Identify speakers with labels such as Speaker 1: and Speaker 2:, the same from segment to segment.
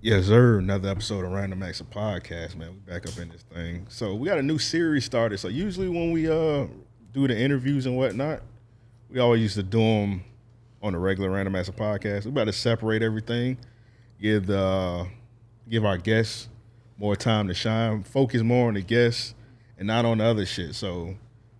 Speaker 1: Yes, sir. Another episode of Random Acts of Podcast, man. We back up in this thing. So we got a new series started. So usually when we uh do the interviews and whatnot, we always used to do them on the regular Random Acts of Podcast. We about to separate everything, give the give our guests more time to shine, focus more on the guests and not on the other shit. So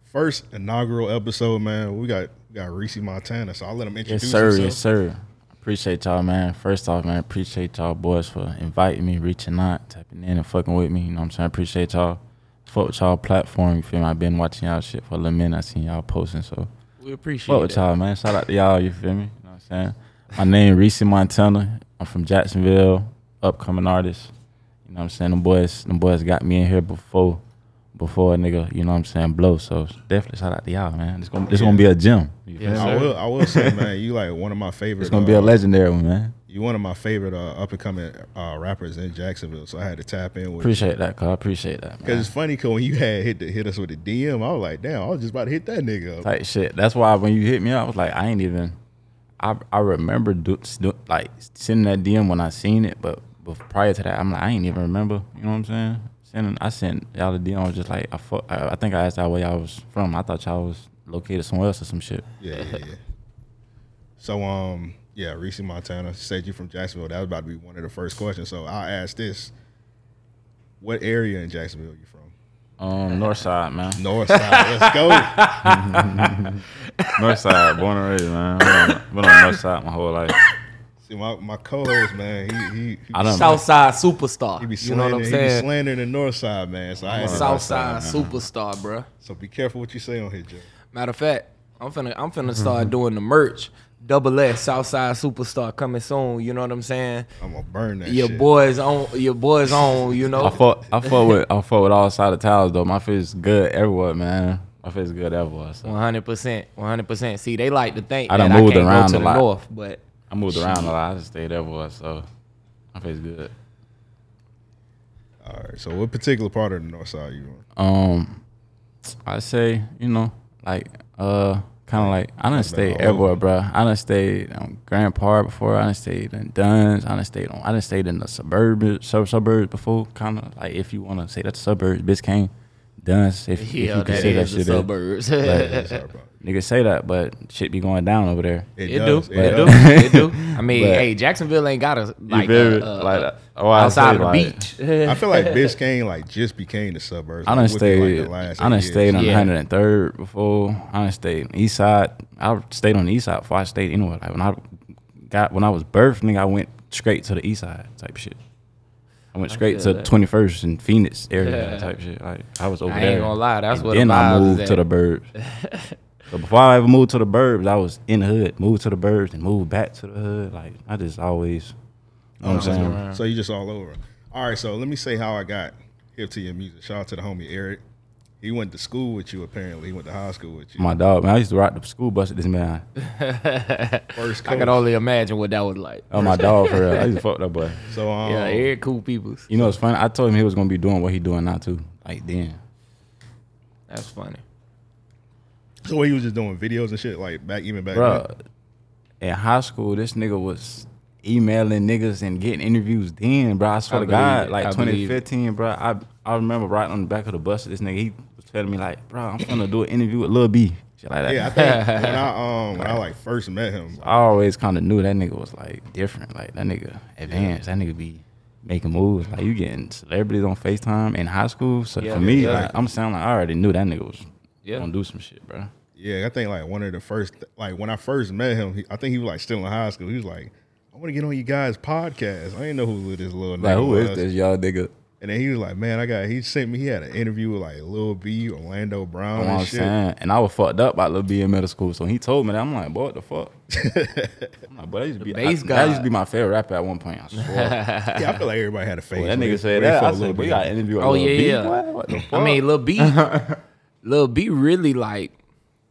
Speaker 1: first inaugural episode, man. We got we got Reese Montana. So I'll let him introduce
Speaker 2: Yes, sir.
Speaker 1: himself.
Speaker 2: Yes, sir. Appreciate y'all, man. First off, man, appreciate y'all boys for inviting me, reaching out, tapping in, and fucking with me. You know what I'm saying? Appreciate y'all. Fuck with y'all platform. You feel me? I've been watching y'all shit for a little minute. I seen y'all posting, so
Speaker 3: We appreciate
Speaker 2: fuck with y'all, man. Shout out to y'all. You feel me? You know what I'm saying? My name Reese Montana. I'm from Jacksonville. Upcoming artist. You know what I'm saying? Them boys, them boys got me in here before, before a nigga. You know what I'm saying? Blow. So definitely shout out to y'all, man. It's gonna, it's gonna be a gym. You feel
Speaker 3: Yes,
Speaker 2: me?
Speaker 3: sir.
Speaker 1: I will I will say, man, you like one of my favorite
Speaker 2: It's gonna be a
Speaker 1: uh,
Speaker 2: legendary one, man.
Speaker 1: you one of my favorite uh, up and coming uh, rappers in Jacksonville, so I had to tap in with.
Speaker 2: Appreciate that, Carl. Appreciate that.
Speaker 1: Because
Speaker 2: Man.
Speaker 1: it's funny, cause when you had hit the, hit us with the DM, I was like, damn, I was just about to hit that nigga. Up.
Speaker 2: Type shit. That's why when you hit me up, I was like, I ain't even. I I remember do, do, like sending that DM when I seen it, but but prior to that, I'm like, I ain't even remember. You know what I'm saying? Sending, I sent y'all the DM. I was just like, I fuck. I, I think I asked y'all where y'all was from. I thought y'all was located somewhere else or some shit.
Speaker 1: Yeah, yeah, yeah. So um, yeah, Reese Montana said you from Jacksonville. That was about to be one of the first questions. So I'll ask this: What area in Jacksonville you from?
Speaker 2: Um, North Side, man.
Speaker 1: North side. let's go.
Speaker 2: North Side, born and raised, man. Been on, been on North Side my whole life.
Speaker 1: See my, my co-host, man. He he. he
Speaker 2: I done-
Speaker 3: Southside superstar.
Speaker 1: he be
Speaker 3: you know what
Speaker 1: slandering,
Speaker 3: I'm
Speaker 1: he be
Speaker 3: saying?
Speaker 1: slandering the north side, man. So I had to-
Speaker 3: Southside superstar, bruh.
Speaker 1: so be careful what you say on here, Joe.
Speaker 3: Matter of fact, I'm finna I'm finna start doing the merch. Double S Southside superstar coming soon. You know what I'm saying?
Speaker 1: I'm gonna burn that.
Speaker 3: Your
Speaker 1: shit.
Speaker 3: boys on. Your boys on. You
Speaker 2: I
Speaker 3: know.
Speaker 2: fought. I fought with. I fought with all side of towns though. My fit is good everywhere, man. My fit is good everywhere. So
Speaker 3: One hundred percent. One hundred percent. See, they like to think
Speaker 2: I
Speaker 3: that
Speaker 2: done
Speaker 3: I can't
Speaker 2: moved
Speaker 3: go
Speaker 2: around
Speaker 3: to
Speaker 2: a
Speaker 3: the
Speaker 2: lot.
Speaker 3: north, but
Speaker 2: I moved around a lot. I just stayed everywhere. So my fit is good.
Speaker 1: All right. So what particular part of the north side you on?
Speaker 2: Um, I say you know like uh kind of like I done stayed
Speaker 1: all
Speaker 2: everywhere, bro. I done stayed on Grand Park before. I done stayed in Duns. I done stayed on. I done stayed in the suburban sub- suburbs before. Kind of like if you wanna say that's suburbs, Biscayne, Duns. If, if
Speaker 3: yeah,
Speaker 2: you can
Speaker 3: that
Speaker 2: say that
Speaker 3: is the
Speaker 2: shit, is. Like,
Speaker 3: suburbs.
Speaker 1: Sorry about
Speaker 2: niggas say that, but shit be going down over there.
Speaker 1: it.
Speaker 3: It,
Speaker 1: does,
Speaker 3: do. It,
Speaker 1: does.
Speaker 3: do. It do. I mean,
Speaker 2: But-
Speaker 3: hey, Jacksonville ain't got a like,
Speaker 2: feel me?
Speaker 3: a, a-
Speaker 2: Like,
Speaker 3: a-
Speaker 2: oh, I
Speaker 3: outside of
Speaker 2: say,
Speaker 3: the
Speaker 2: like-
Speaker 3: beach.
Speaker 1: I feel like Biscayne like just became the suburbs.
Speaker 2: I
Speaker 1: like,
Speaker 2: done
Speaker 1: within, like,
Speaker 2: stayed.
Speaker 1: the last
Speaker 2: I done
Speaker 1: eight
Speaker 2: stayed
Speaker 1: years.
Speaker 2: on
Speaker 3: Yeah.
Speaker 2: 103rd before. I done stayed on East Side. I stayed on the East Side before I stayed anywhere. Like when I got when I was birthed, nigga, I went straight to the East Side type shit. I went straight
Speaker 3: feel
Speaker 2: to
Speaker 3: that.
Speaker 2: 21st and Phoenix area
Speaker 3: Yeah.
Speaker 2: type shit. Like I was over
Speaker 3: I
Speaker 2: there.
Speaker 3: ain't gonna lie, that's
Speaker 2: And
Speaker 3: what
Speaker 2: Then
Speaker 3: the
Speaker 2: I
Speaker 3: vibes
Speaker 2: moved
Speaker 3: is
Speaker 2: to the
Speaker 3: at.
Speaker 2: burbs. so before I ever moved to the burbs, I was in the hood. Moved to the burbs and moved back to the hood. Like I just always. You know what I'm saying?
Speaker 1: So you just all over. All right. So let me say how I got hip to your music. Shout out to the homie Eric. He went to school with you. Apparently, he went to high school with you.
Speaker 2: My dog, man. I used to ride the school bus with this man.
Speaker 1: first
Speaker 3: I
Speaker 1: coach.
Speaker 3: can only imagine what that was like.
Speaker 2: Oh, my dog, for real. I used to fuck that boy.
Speaker 1: so um,
Speaker 3: yeah, Eric cool peoples.
Speaker 2: You know, it's funny. I told him he was gonna be doing what he doing now too. Like then,
Speaker 3: That's funny.
Speaker 1: so what he was just doing videos and shit like back even back.
Speaker 2: bro.
Speaker 1: then?
Speaker 2: In high school, this nigga was emailing niggas and getting interviews. Then, bro, I swear
Speaker 3: I
Speaker 2: to
Speaker 3: believe
Speaker 2: God,
Speaker 3: it.
Speaker 2: like
Speaker 3: I believe it.
Speaker 2: 2015, bro. I I remember riding on the back of the bus. This nigga, he was telling me like, bro, I'm gonna do an interview with Lil B. Shit like that.
Speaker 1: Yeah, I think when I um when I like first met him,
Speaker 2: I always kind of knew that nigga was like different. Like that nigga advanced. That nigga be making moves. Like you getting celebrities on Facetime in high school. So
Speaker 3: Yeah,
Speaker 2: for me,
Speaker 3: yeah.
Speaker 2: like, I'm sounding like I already knew that nigga was
Speaker 3: Yeah.
Speaker 2: gonna do some shit, bro.
Speaker 1: Yeah, I think like one of the first, like when I first met him, he, I think he was like still in high school. He was like, "I want to get on you guys' podcast." I didn't know who this little nigga
Speaker 2: Like who
Speaker 1: was.
Speaker 2: is this y'all nigga?
Speaker 1: And then he was like, "Man, I got." He sent me. He had an interview with like Lil B, Orlando Brown,
Speaker 2: You know what
Speaker 1: and
Speaker 2: I'm
Speaker 1: shit.
Speaker 2: saying? And I was fucked up by Lil B in middle school. So he told me that. I'm like, boy, what the fuck? I'm like, boy, that used to be, I,
Speaker 3: bass
Speaker 2: that used
Speaker 3: god.
Speaker 2: to be my favorite rapper at one point. I swear.
Speaker 1: Yeah, I feel like everybody had a face.
Speaker 2: Boy, that
Speaker 1: when they-
Speaker 2: nigga said
Speaker 1: when they
Speaker 2: that.
Speaker 1: fought
Speaker 2: I said,
Speaker 1: Lil
Speaker 2: boy,
Speaker 1: B.
Speaker 2: you got an interview with
Speaker 3: Oh,
Speaker 2: Lil
Speaker 3: yeah,
Speaker 2: B?
Speaker 3: yeah.
Speaker 2: What? What the fuck?
Speaker 3: I mean, Lil B, Lil B really like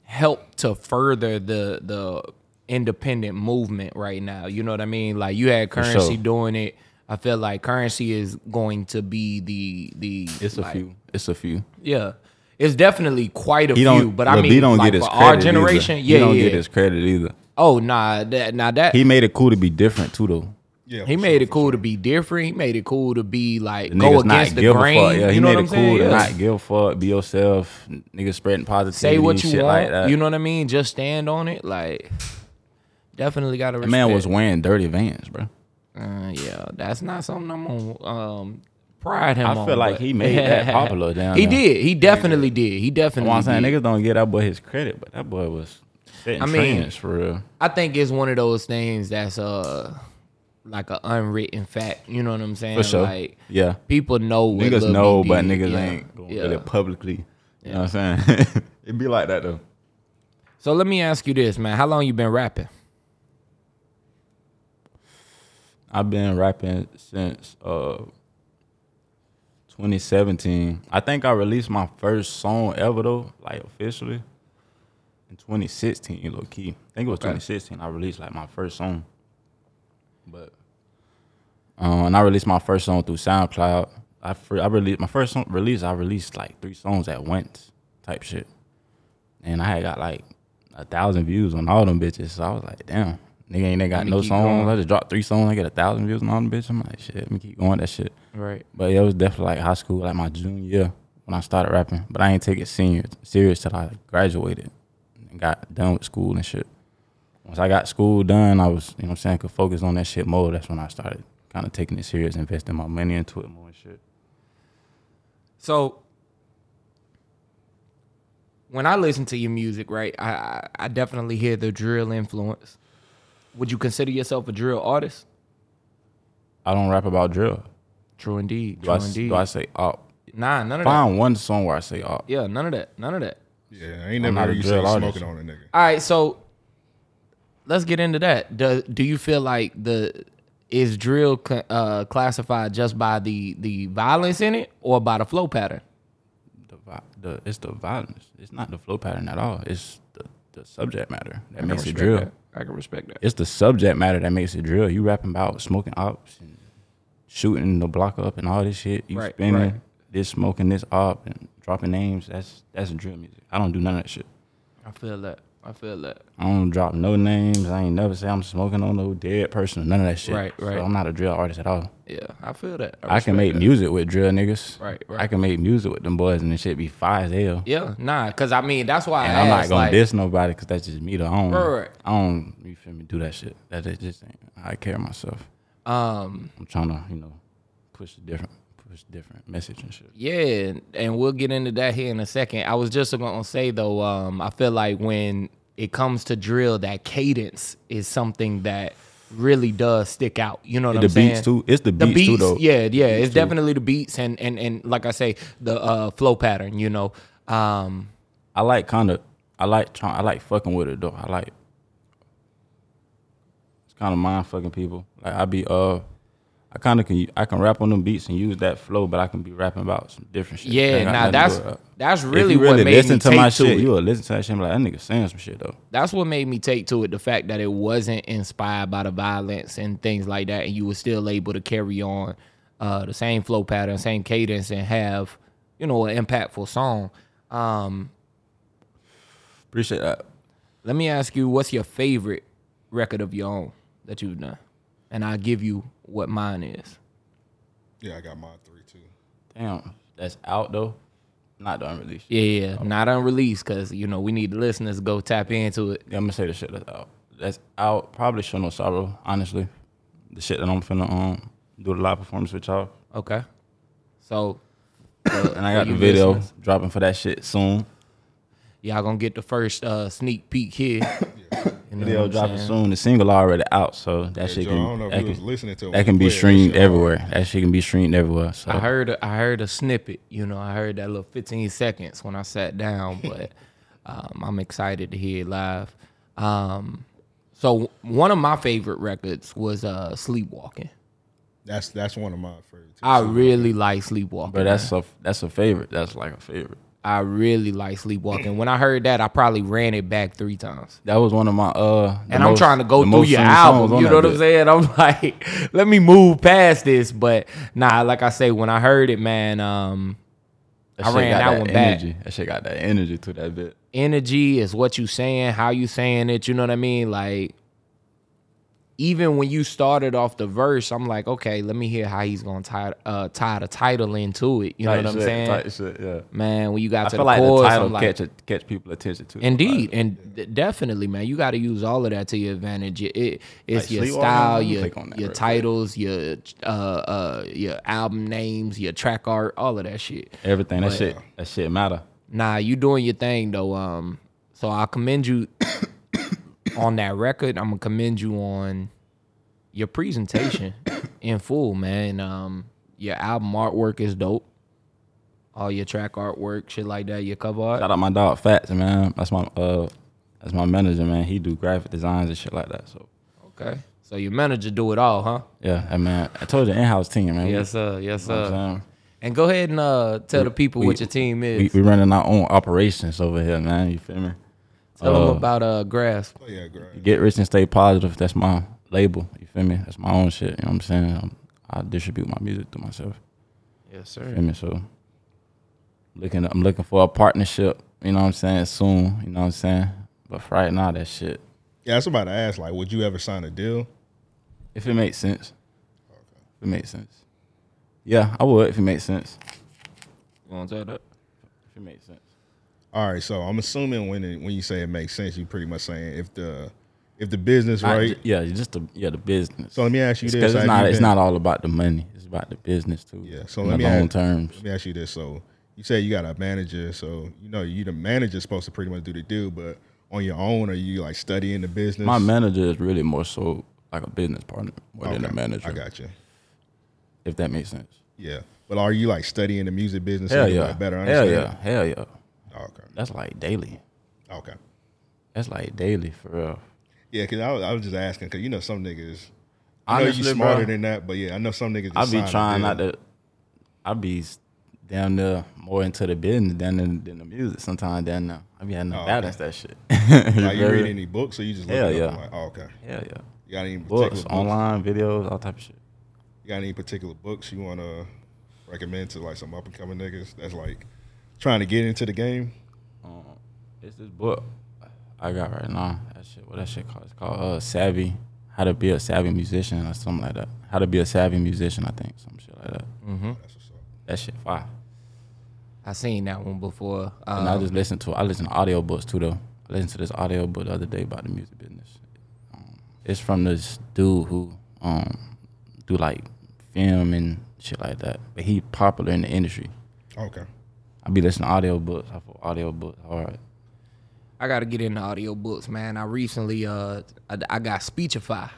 Speaker 3: helped to further the the independent movement right now. You know what I mean? Like you had
Speaker 2: sure.
Speaker 3: currency doing it. I feel like currency is going to be the the.
Speaker 2: it's a
Speaker 3: like,
Speaker 2: few. It's a few.
Speaker 3: Yeah, it's definitely quite a
Speaker 2: He
Speaker 3: few.
Speaker 2: don't,
Speaker 3: But I
Speaker 2: Lil
Speaker 3: mean,
Speaker 2: B don't
Speaker 3: like,
Speaker 2: get his
Speaker 3: for
Speaker 2: credit
Speaker 3: our generation,
Speaker 2: either.
Speaker 3: yeah,
Speaker 2: he don't
Speaker 3: yeah.
Speaker 2: get his credit either.
Speaker 3: oh nah, that, nah that
Speaker 2: He made it cool to be different too, though.
Speaker 1: Yeah,
Speaker 3: He
Speaker 1: for
Speaker 3: made
Speaker 1: sure,
Speaker 3: it cool to be different. He made it cool to be like
Speaker 2: The
Speaker 3: go
Speaker 2: niggas not
Speaker 3: against the
Speaker 2: give
Speaker 3: grain.
Speaker 2: a fuck. Yeah, he
Speaker 3: you know
Speaker 2: made
Speaker 3: what I'm
Speaker 2: it cool
Speaker 3: saying?
Speaker 2: to
Speaker 3: Yeah.
Speaker 2: not give a fuck. Be yourself. Niggas spreading positivity.
Speaker 3: Say what you
Speaker 2: shit
Speaker 3: want.
Speaker 2: Like that.
Speaker 3: You know what I mean? Just stand on it. Like definitely got to
Speaker 2: the
Speaker 3: respect.
Speaker 2: man was wearing dirty Vans, bro.
Speaker 3: Uh, yeah, that's not something I'm gonna um, pride him
Speaker 2: I
Speaker 3: on.
Speaker 2: feel like
Speaker 3: but-
Speaker 2: he made that popular down
Speaker 3: He
Speaker 2: there.
Speaker 3: did. He definitely did. He definitely.
Speaker 2: I'm saying
Speaker 3: did.
Speaker 2: niggas don't get that boy his credit, but that boy was setting
Speaker 3: I mean-
Speaker 2: trends for real.
Speaker 3: I think it's one of those things that's uh like an unwritten fact. You know what I'm saying?
Speaker 2: For sure.
Speaker 3: Like
Speaker 2: yeah.
Speaker 3: people know. What
Speaker 2: Niggas
Speaker 3: Lil
Speaker 2: know,
Speaker 3: B
Speaker 2: but
Speaker 3: did.
Speaker 2: niggas
Speaker 3: Yeah.
Speaker 2: ain't gonna
Speaker 3: Yeah.
Speaker 2: do it publicly. You know what I'm saying? It'd be like that though.
Speaker 3: So let me ask you this, man. How long you been rapping?
Speaker 2: I've been rapping since uh 2017. I think I released my first song ever though, like officially in 2016, low key. I think it was 2016. I released like my first song. But um, and I released my first song through SoundCloud. I fr- I released my first song release. I released like three songs at once, type shit. And I had got like a thousand views on all them bitches. So I was like, damn, nigga ain't they got
Speaker 3: me
Speaker 2: no
Speaker 3: keep
Speaker 2: songs.
Speaker 3: going.
Speaker 2: I just dropped three songs. I get a thousand views on all them bitches. I'm like, shit, let me keep going with that shit.
Speaker 3: Right.
Speaker 2: But yeah, it was definitely like high school, like my junior year when I started rapping. But I ain't take it senior serious till I graduated and got done with school and shit. Once I got school done, I was, you know what I'm saying, could focus on that shit more. That's when I started kind of taking it serious, investing my money into it more and shit.
Speaker 3: So when I listen to your music, right, I I, I definitely hear the drill influence. Would you consider yourself a drill artist?
Speaker 2: I don't rap about drill.
Speaker 3: True indeed.
Speaker 2: Do, I,
Speaker 3: True
Speaker 2: s-
Speaker 3: indeed.
Speaker 2: do I say op?
Speaker 3: nah, none of that.
Speaker 2: Find one song where I say op.
Speaker 3: Yeah, none of that. None of that.
Speaker 1: Yeah, I ain't never
Speaker 2: I'm not
Speaker 1: heard
Speaker 2: a
Speaker 1: you say
Speaker 2: drill artist.
Speaker 1: smoking on a nigga.
Speaker 3: All right, so let's get into that. Do, do you feel like the is drill cl- uh, classified just by the the violence in it or by the flow pattern?
Speaker 2: The, vi- the, it's the violence. It's not the flow pattern at all. It's the, the subject matter that makes it drill.
Speaker 3: I can respect that.
Speaker 2: it's the subject matter that makes it drill. You rapping about smoking ops and shooting the block up and all this shit. You
Speaker 3: Right,
Speaker 2: spinning
Speaker 3: right.
Speaker 2: this smoking this op and dropping names. That's that's drill music. I don't do none of that shit.
Speaker 3: I feel that. I feel that.
Speaker 2: I don't drop no names. I ain't never say I'm smoking on no dead person. None of that shit.
Speaker 3: Right, right.
Speaker 2: So I'm not a drill artist at all.
Speaker 3: Yeah, I feel that.
Speaker 2: I can
Speaker 3: respect
Speaker 2: make
Speaker 3: that.
Speaker 2: music with drill niggas.
Speaker 3: Right,
Speaker 2: I
Speaker 3: right.
Speaker 2: can make music with them boys and the shit be fire as hell.
Speaker 3: Yeah, nah, because I mean that's why
Speaker 2: And
Speaker 3: I
Speaker 2: I'm not
Speaker 3: asked,
Speaker 2: gonna
Speaker 3: like,
Speaker 2: diss nobody because that's just me though. I don't,
Speaker 3: Right, right.
Speaker 2: I don't, you feel me, do that shit. That it just ain't, I care myself.
Speaker 3: Um,
Speaker 2: I'm trying to, you know, push a different, push a different message and shit.
Speaker 3: Yeah, and we'll get into that here in a second. I was just gonna say though, um, I feel like when it comes to drill, that cadence is something that really does stick out. You know what
Speaker 2: The
Speaker 3: I'm saying?
Speaker 2: beats, too. It's the beats, too, though.
Speaker 3: Yeah, yeah. It's definitely the beats and and and like I say, the uh, flow pattern. You know, um,
Speaker 2: I like kind of, I like trying, I like fucking with it though. I like, it's kind of mind fucking people. Like I be, uh, I kind of can, I can rap on them beats and use that flow, but I can be rapping about some different shit.
Speaker 3: yeah.
Speaker 2: Ain't got
Speaker 3: Now
Speaker 2: nothing to do
Speaker 3: that's
Speaker 2: with that.
Speaker 3: that's
Speaker 2: If
Speaker 3: really,
Speaker 2: you
Speaker 3: what made
Speaker 2: listen
Speaker 3: me
Speaker 2: to
Speaker 3: take
Speaker 2: my
Speaker 3: to
Speaker 2: shit.
Speaker 3: it.
Speaker 2: You will listen to that shit. And be like that nigga saying some shit though.
Speaker 3: that's what made me take to it the fact that it wasn't inspired by the violence and things like that and you were still able to carry on uh, the same flow pattern same cadence and have you know an impactful song um,
Speaker 2: Appreciate that.
Speaker 3: let me ask you what's your favorite record of your own that you've done and i'll give you what mine is
Speaker 1: Yeah, I got mine three too.
Speaker 2: Damn, that's out though. Not the unreleased.
Speaker 3: yeah yeah not unreleased because you know we need the listeners to go tap into it
Speaker 2: Yeah, I'm gonna say the shit that's out. That's out. Probably show no sorrow. Honestly, the shit that I'm finna um do the live performance with y'all,
Speaker 3: okay so
Speaker 2: and I got
Speaker 3: you
Speaker 2: the video
Speaker 3: listeners.
Speaker 2: dropping for that shit soon.
Speaker 3: y'all gonna get the first uh, sneak peek here You know
Speaker 2: Video
Speaker 3: what I'm
Speaker 2: dropping
Speaker 3: saying?
Speaker 2: soon. The single already out, so that
Speaker 1: Yeah,
Speaker 2: shit
Speaker 1: Joe, I don't know if
Speaker 2: can that
Speaker 1: you was
Speaker 2: can,
Speaker 1: listening to Oh, it.
Speaker 2: that
Speaker 1: when
Speaker 2: can
Speaker 1: you
Speaker 2: be
Speaker 1: played that
Speaker 2: streamed
Speaker 1: shit.
Speaker 2: everywhere. That shit can be streamed everywhere. So
Speaker 3: I heard a, I heard a snippet. You know, I heard that little 15 seconds when I sat down, but um, I'm excited to hear it live. Um, so one of my favorite records was uh, Sleepwalking.
Speaker 1: That's that's one of my favorites.
Speaker 3: I really like Sleepwalking.
Speaker 2: but uh, that's a that's a favorite. That's like a favorite.
Speaker 3: I really like Sleepwalking. When I heard that, I probably ran it back three times.
Speaker 2: That was one of my uh. the
Speaker 3: and I'm
Speaker 2: most-
Speaker 3: trying to go
Speaker 2: the most
Speaker 3: through your
Speaker 2: streamed songs
Speaker 3: album.
Speaker 2: on
Speaker 3: You
Speaker 2: that
Speaker 3: know what I'm
Speaker 2: bit.
Speaker 3: saying? I'm like, let me move past this. But nah, like I say, when I heard it, man, um,
Speaker 2: That
Speaker 3: I
Speaker 2: shit
Speaker 3: ran
Speaker 2: got
Speaker 3: that one back.
Speaker 2: energy. That shit got that energy to that bit.
Speaker 3: energy is what you saying, how you saying it. You know what I mean? Like even when you started off the verse, I'm like, okay, let me hear how he's gonna tie uh, tie the title into it. You know
Speaker 2: Type
Speaker 3: what I'm
Speaker 2: shit,
Speaker 3: saying?
Speaker 2: type shit, yeah.
Speaker 3: Man, when you got
Speaker 2: I
Speaker 3: to
Speaker 2: feel
Speaker 3: the
Speaker 2: like the
Speaker 3: chorus,
Speaker 2: title
Speaker 3: I'm like,
Speaker 2: catch catch people attention too.
Speaker 3: Indeed, and d- definitely, man, you got to use all of that to your advantage. It, it- it's
Speaker 2: Like,
Speaker 3: your
Speaker 2: Sleepwalk,
Speaker 3: style,
Speaker 2: I'm gonna
Speaker 3: your
Speaker 2: click on that
Speaker 3: your
Speaker 2: real quick.
Speaker 3: titles, your uh, uh, your album names, your track art, all of that shit.
Speaker 2: Everything that
Speaker 3: But-
Speaker 2: shit that shit matter.
Speaker 3: Nah, you doing your thing though. Um, so I commend you on that record. I'm gonna commend you on your presentation in full, man. Um, your album artwork is dope. All your track artwork, shit like that. Your cover art.
Speaker 2: Shout out my dog Fats, man. That's my uh that's my manager, man. He do graphic designs and shit like that. So
Speaker 3: Okay. So your manager do it all, huh?
Speaker 2: yeah, and man, I told you in house team, man.
Speaker 3: Yes, sir. Yes,
Speaker 2: we, you know what
Speaker 3: sir.
Speaker 2: I'm saying?
Speaker 3: And go ahead and uh, tell the people
Speaker 2: we-
Speaker 3: what your team
Speaker 2: we,
Speaker 3: is.
Speaker 2: we running our own operations over here, man. You feel me?
Speaker 3: tell them
Speaker 2: uh,
Speaker 3: about uh, Grasp.
Speaker 1: Oh yeah, great.
Speaker 2: Get rich and stay positive. That's my label. You feel me? That's my own shit. You know what I'm saying? I'm, I distribute my music to myself.
Speaker 3: Yes,
Speaker 2: You
Speaker 3: sir.
Speaker 2: feel me? So looking I'm looking for a partnership, you know what I'm saying, soon, you know what I'm saying? But for right now that shit,
Speaker 1: Yeah, I was about to ask, like, would you ever sign a deal?
Speaker 2: if it makes sense. If it makes sense. Yeah, I would if it makes sense.
Speaker 3: You want to tell that?
Speaker 2: If it makes sense.
Speaker 1: All right, so I'm assuming when it, when you say it makes sense, you pretty much saying if the if the business
Speaker 2: I-
Speaker 1: right.
Speaker 2: ju- yeah, it's just the yeah, the business.
Speaker 1: so let me ask you
Speaker 2: it's,
Speaker 1: this:
Speaker 2: 'cause it's
Speaker 1: have
Speaker 2: not
Speaker 1: you
Speaker 2: it's
Speaker 1: been-
Speaker 2: not all about the money. It's about the business too.
Speaker 1: Yeah, so
Speaker 2: In
Speaker 1: let
Speaker 2: the
Speaker 1: me
Speaker 2: long
Speaker 1: ask-
Speaker 2: terms.
Speaker 1: Let me ask you this. So you say you got a manager, so you know you the manager supposed to pretty much do the deal, but on your own, are you like studying the business?
Speaker 2: My manager is really more so like a business partner more than a
Speaker 1: Okay,
Speaker 2: manager.
Speaker 1: I got you.
Speaker 2: If that makes sense.
Speaker 1: Yeah, but are you like studying the music business? so
Speaker 2: Hell
Speaker 1: you can,
Speaker 2: yeah.
Speaker 1: like, better
Speaker 2: Hell
Speaker 1: understand.
Speaker 2: yeah. Hell yeah.
Speaker 1: yeah. Okay.
Speaker 2: That's like daily.
Speaker 1: Okay.
Speaker 2: That's like daily for real.
Speaker 1: Yeah, because I, was- I was just asking because you know some niggas. I know you
Speaker 2: Honestly,
Speaker 1: smarter
Speaker 2: bruh,
Speaker 1: than that, but yeah, I know some niggas.
Speaker 2: I
Speaker 1: just
Speaker 2: be
Speaker 1: sign a
Speaker 2: trying not
Speaker 1: deal.
Speaker 2: to. I be s- down there more into the business than than, than the music. Sometimes down there, I be having to
Speaker 1: Oh, okay.
Speaker 2: balance that shit. You
Speaker 1: Like you
Speaker 2: feel
Speaker 1: read
Speaker 2: me?
Speaker 1: any books, or you just look
Speaker 2: Hell
Speaker 1: it up
Speaker 2: yeah.
Speaker 1: and like, oh, okay.
Speaker 2: Hell yeah,
Speaker 1: You got any particular
Speaker 2: books,
Speaker 1: books?
Speaker 2: online videos, all type of shit.
Speaker 1: You got any particular books you want to recommend to like some up and coming niggas that's like trying to get into the game?
Speaker 2: Um, it's this book I got right now. That shit, what that shit called? It's called uh, Savvy. How to be a savvy musician or something like that. How to be a savvy musician, I think, some shit like that.
Speaker 3: Mm-hmm.
Speaker 1: That's what's up.
Speaker 2: That shit fire.
Speaker 3: I seen that one before.
Speaker 2: And I
Speaker 3: Um,
Speaker 2: just listen to I listen to audiobooks too though. I listened to this audiobook the other day about the music business. Um, it's from this dude who um do like film and shit like that. But he popular in the industry.
Speaker 1: Okay.
Speaker 2: I be listening to audiobooks. I for audiobooks hard.
Speaker 3: I got to get into audiobooks, man. I recently uh I, I got Speechify.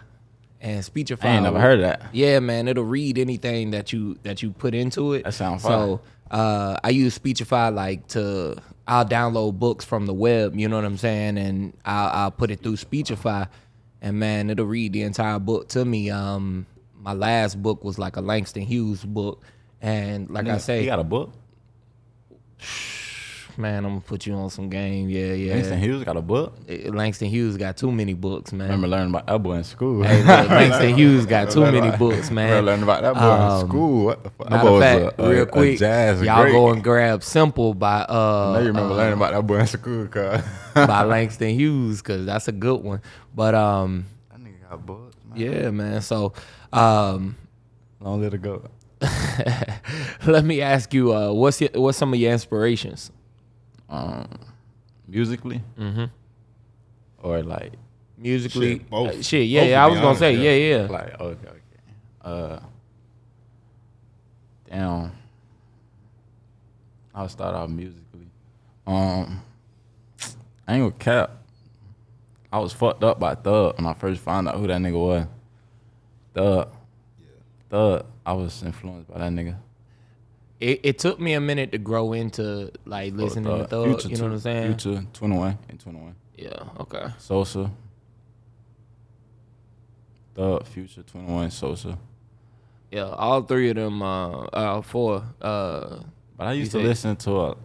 Speaker 3: And Speechify
Speaker 2: I ain't never heard of that.
Speaker 3: Yeah, man, it'll read anything that you that you put into it.
Speaker 2: That sounds
Speaker 3: So, uh I use Speechify like to I'll download books from the web, you know what I'm saying, and I'll, I'll put it through Speechify and man, it'll read the entire book to me. Um my last book was like a Langston Hughes book and like I say,
Speaker 2: he got a book.
Speaker 3: man, I'm going to put you on some game. Yeah, yeah.
Speaker 2: Langston Hughes got a book.
Speaker 3: Eh, Langston Hughes got too many books, man.
Speaker 2: I remember learning about that boy in school.
Speaker 3: Hey, look, Langston Hughes got too
Speaker 2: Learning
Speaker 3: many
Speaker 2: about-
Speaker 3: books,
Speaker 2: remember
Speaker 3: man.
Speaker 2: learning about that boy
Speaker 3: Um,
Speaker 2: in school. What the fuck? That
Speaker 3: Matter
Speaker 2: boy
Speaker 3: of
Speaker 2: was
Speaker 3: fact,
Speaker 2: a, a,
Speaker 3: real quick,
Speaker 2: a jazz
Speaker 3: y'all
Speaker 2: great.
Speaker 3: go and grab "Simple" by uh
Speaker 2: I know you remember
Speaker 3: uh,
Speaker 2: learning about that boy in school, cuz.
Speaker 3: by Langston Hughes because that's a good one. But um,
Speaker 2: That nigga got books, man.
Speaker 3: yeah, man. So um,
Speaker 2: Long let it go.
Speaker 3: let me ask you, uh, what's your, what's some of your inspirations?
Speaker 2: um musically
Speaker 3: Mm-hmm.
Speaker 2: or like
Speaker 3: Musically,
Speaker 1: Shit, both.
Speaker 3: Uh, shit, yeah,
Speaker 1: Both,
Speaker 3: yeah.
Speaker 1: to
Speaker 3: I
Speaker 1: be
Speaker 3: was gonna
Speaker 1: honest,
Speaker 3: say,
Speaker 1: yeah.
Speaker 3: yeah, yeah.
Speaker 2: like okay okay uh damn I'll start off musically um I ain't gonna cap I was fucked up by Thug when I first found out who that nigga was Thug Thug I was influenced by that nigga
Speaker 3: It, it took me a minute to grow into like listening to Thug.
Speaker 2: Future
Speaker 3: you know what I'm
Speaker 2: too.
Speaker 3: saying?
Speaker 2: Future 21 and 21
Speaker 3: Yeah. Okay.
Speaker 2: Sosa. Thug, Future, 21, Sosa.
Speaker 3: Yeah, all three of them, uh, uh four. Uh,
Speaker 2: But I used
Speaker 3: You
Speaker 2: to
Speaker 3: say-
Speaker 2: listen to, a,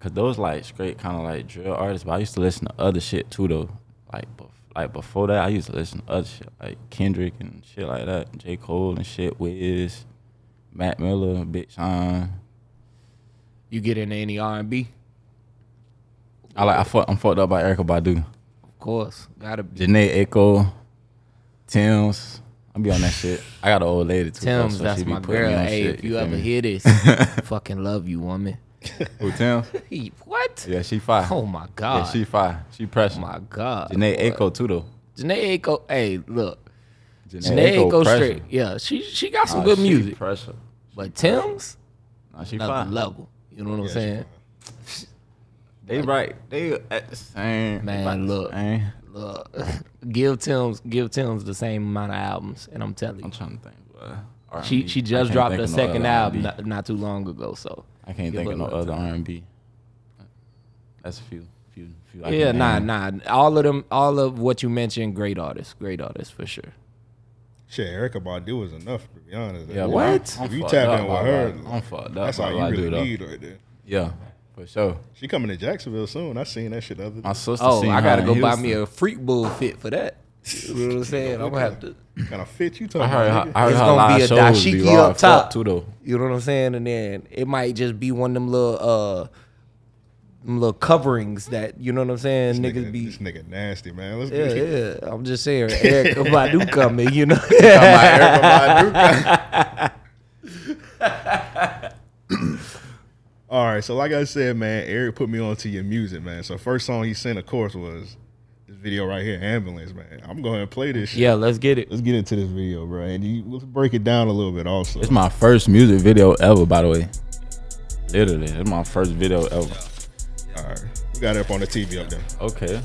Speaker 2: cause those like straight kind of like drill artists. But I used to listen to other shit too though. Like, bef- like before that, I used to listen to other shit like Kendrick and shit like that, J Cole and shit, Wiz, Matt Miller, Big Sean.
Speaker 3: you get into any R and B?
Speaker 2: I like I fuck, I'm fucked up by Erica Badu,
Speaker 3: Of course, gotta be.
Speaker 2: Janae Echo, Tim's. I be on that shit. I got an old lady too. though,
Speaker 3: Tim's,
Speaker 2: so
Speaker 3: that's
Speaker 2: she be
Speaker 3: my
Speaker 2: putting me
Speaker 3: girl.
Speaker 2: on
Speaker 3: Hey,
Speaker 2: shit,
Speaker 3: if you
Speaker 2: feel
Speaker 3: ever
Speaker 2: me?
Speaker 3: hear this, fucking love you, woman.
Speaker 2: Who Tim's?
Speaker 3: He- What?
Speaker 2: Yeah, she fire.
Speaker 3: Oh my
Speaker 2: yeah,
Speaker 3: god.
Speaker 2: she fire. She pressure.
Speaker 3: oh my god.
Speaker 2: Janae Echo too though.
Speaker 3: Janae Aiko. Hey, look.
Speaker 2: Janae
Speaker 3: Janae
Speaker 2: Aiko
Speaker 3: Aiko
Speaker 2: pressure.
Speaker 3: straight. Yeah, she she got some
Speaker 2: Nah,
Speaker 3: good
Speaker 2: she
Speaker 3: music.
Speaker 2: Pressure.
Speaker 3: But Tim's
Speaker 2: Nah, she
Speaker 3: another
Speaker 2: fine.
Speaker 3: level. You know what I'm
Speaker 1: she
Speaker 3: saying?
Speaker 2: They right. They at the same. they
Speaker 3: Man,
Speaker 2: about the
Speaker 3: look.
Speaker 2: same.
Speaker 3: Look, give Tim's give Tim's the same amount of albums, and I'm telling
Speaker 2: I'm
Speaker 3: you,
Speaker 2: trying to think. boy. R&B.
Speaker 3: she she
Speaker 2: I can't
Speaker 3: just dropped
Speaker 2: think
Speaker 3: her
Speaker 2: of no
Speaker 3: second
Speaker 2: other
Speaker 3: album
Speaker 2: R&B.
Speaker 3: not, not too long ago. So
Speaker 2: I can't
Speaker 3: Give
Speaker 2: think of no
Speaker 3: her
Speaker 2: other R&B. That's a few. Few. few I
Speaker 3: yeah,
Speaker 2: can
Speaker 3: nah,
Speaker 2: name.
Speaker 3: nah, all of them, all of what you mentioned, great artists, great artists for sure.
Speaker 1: Shit, Erica Badu is enough to be honest.
Speaker 2: Yeah,
Speaker 1: Like,
Speaker 2: what?
Speaker 1: If you tap in with her,
Speaker 2: I'm fucked up.
Speaker 1: that's all
Speaker 2: by
Speaker 1: you
Speaker 2: what I
Speaker 1: really
Speaker 2: do, though.
Speaker 1: need right there.
Speaker 2: Yeah, for sure.
Speaker 1: She coming to Jacksonville soon. I seen that shit the other
Speaker 2: My
Speaker 1: day.
Speaker 2: sister.
Speaker 3: Oh,
Speaker 2: seen
Speaker 3: I
Speaker 2: her
Speaker 3: gotta
Speaker 2: in
Speaker 3: go buy
Speaker 2: Houston.
Speaker 3: me a freak bull fit for that. You know what I'm saying? I'm gonna have to.
Speaker 1: kind of fit you talking
Speaker 2: I heard.
Speaker 1: about?
Speaker 2: Her,
Speaker 1: nigga?
Speaker 2: I heard
Speaker 3: It's
Speaker 2: her
Speaker 3: gonna
Speaker 2: live
Speaker 3: be a
Speaker 2: shows be
Speaker 3: dashiki
Speaker 2: raw
Speaker 3: up
Speaker 2: as fuck,
Speaker 3: top.
Speaker 2: too, though.
Speaker 3: You know what I'm saying? And then it might just be one of them little uh, them little coverings that you know what I'm saying.
Speaker 1: This
Speaker 3: Niggas be
Speaker 1: this nigga nasty man. Let's
Speaker 3: Yeah,
Speaker 1: get it.
Speaker 3: yeah. I'm just saying, Eric Badu coming, you know.
Speaker 1: All right, so like I said, man, Eric put me on to your music, man. So first song he sent, of course, was this video right here, ambulance, man. I'm going to play this. shit.
Speaker 3: yeah, let's get it.
Speaker 1: Let's get into this video, bro, and you, let's break it down a little bit also.
Speaker 2: It's my first music video ever, by the way. Literally, it's my first video ever.
Speaker 1: All right, we got it up on the TV up there.
Speaker 2: Okay.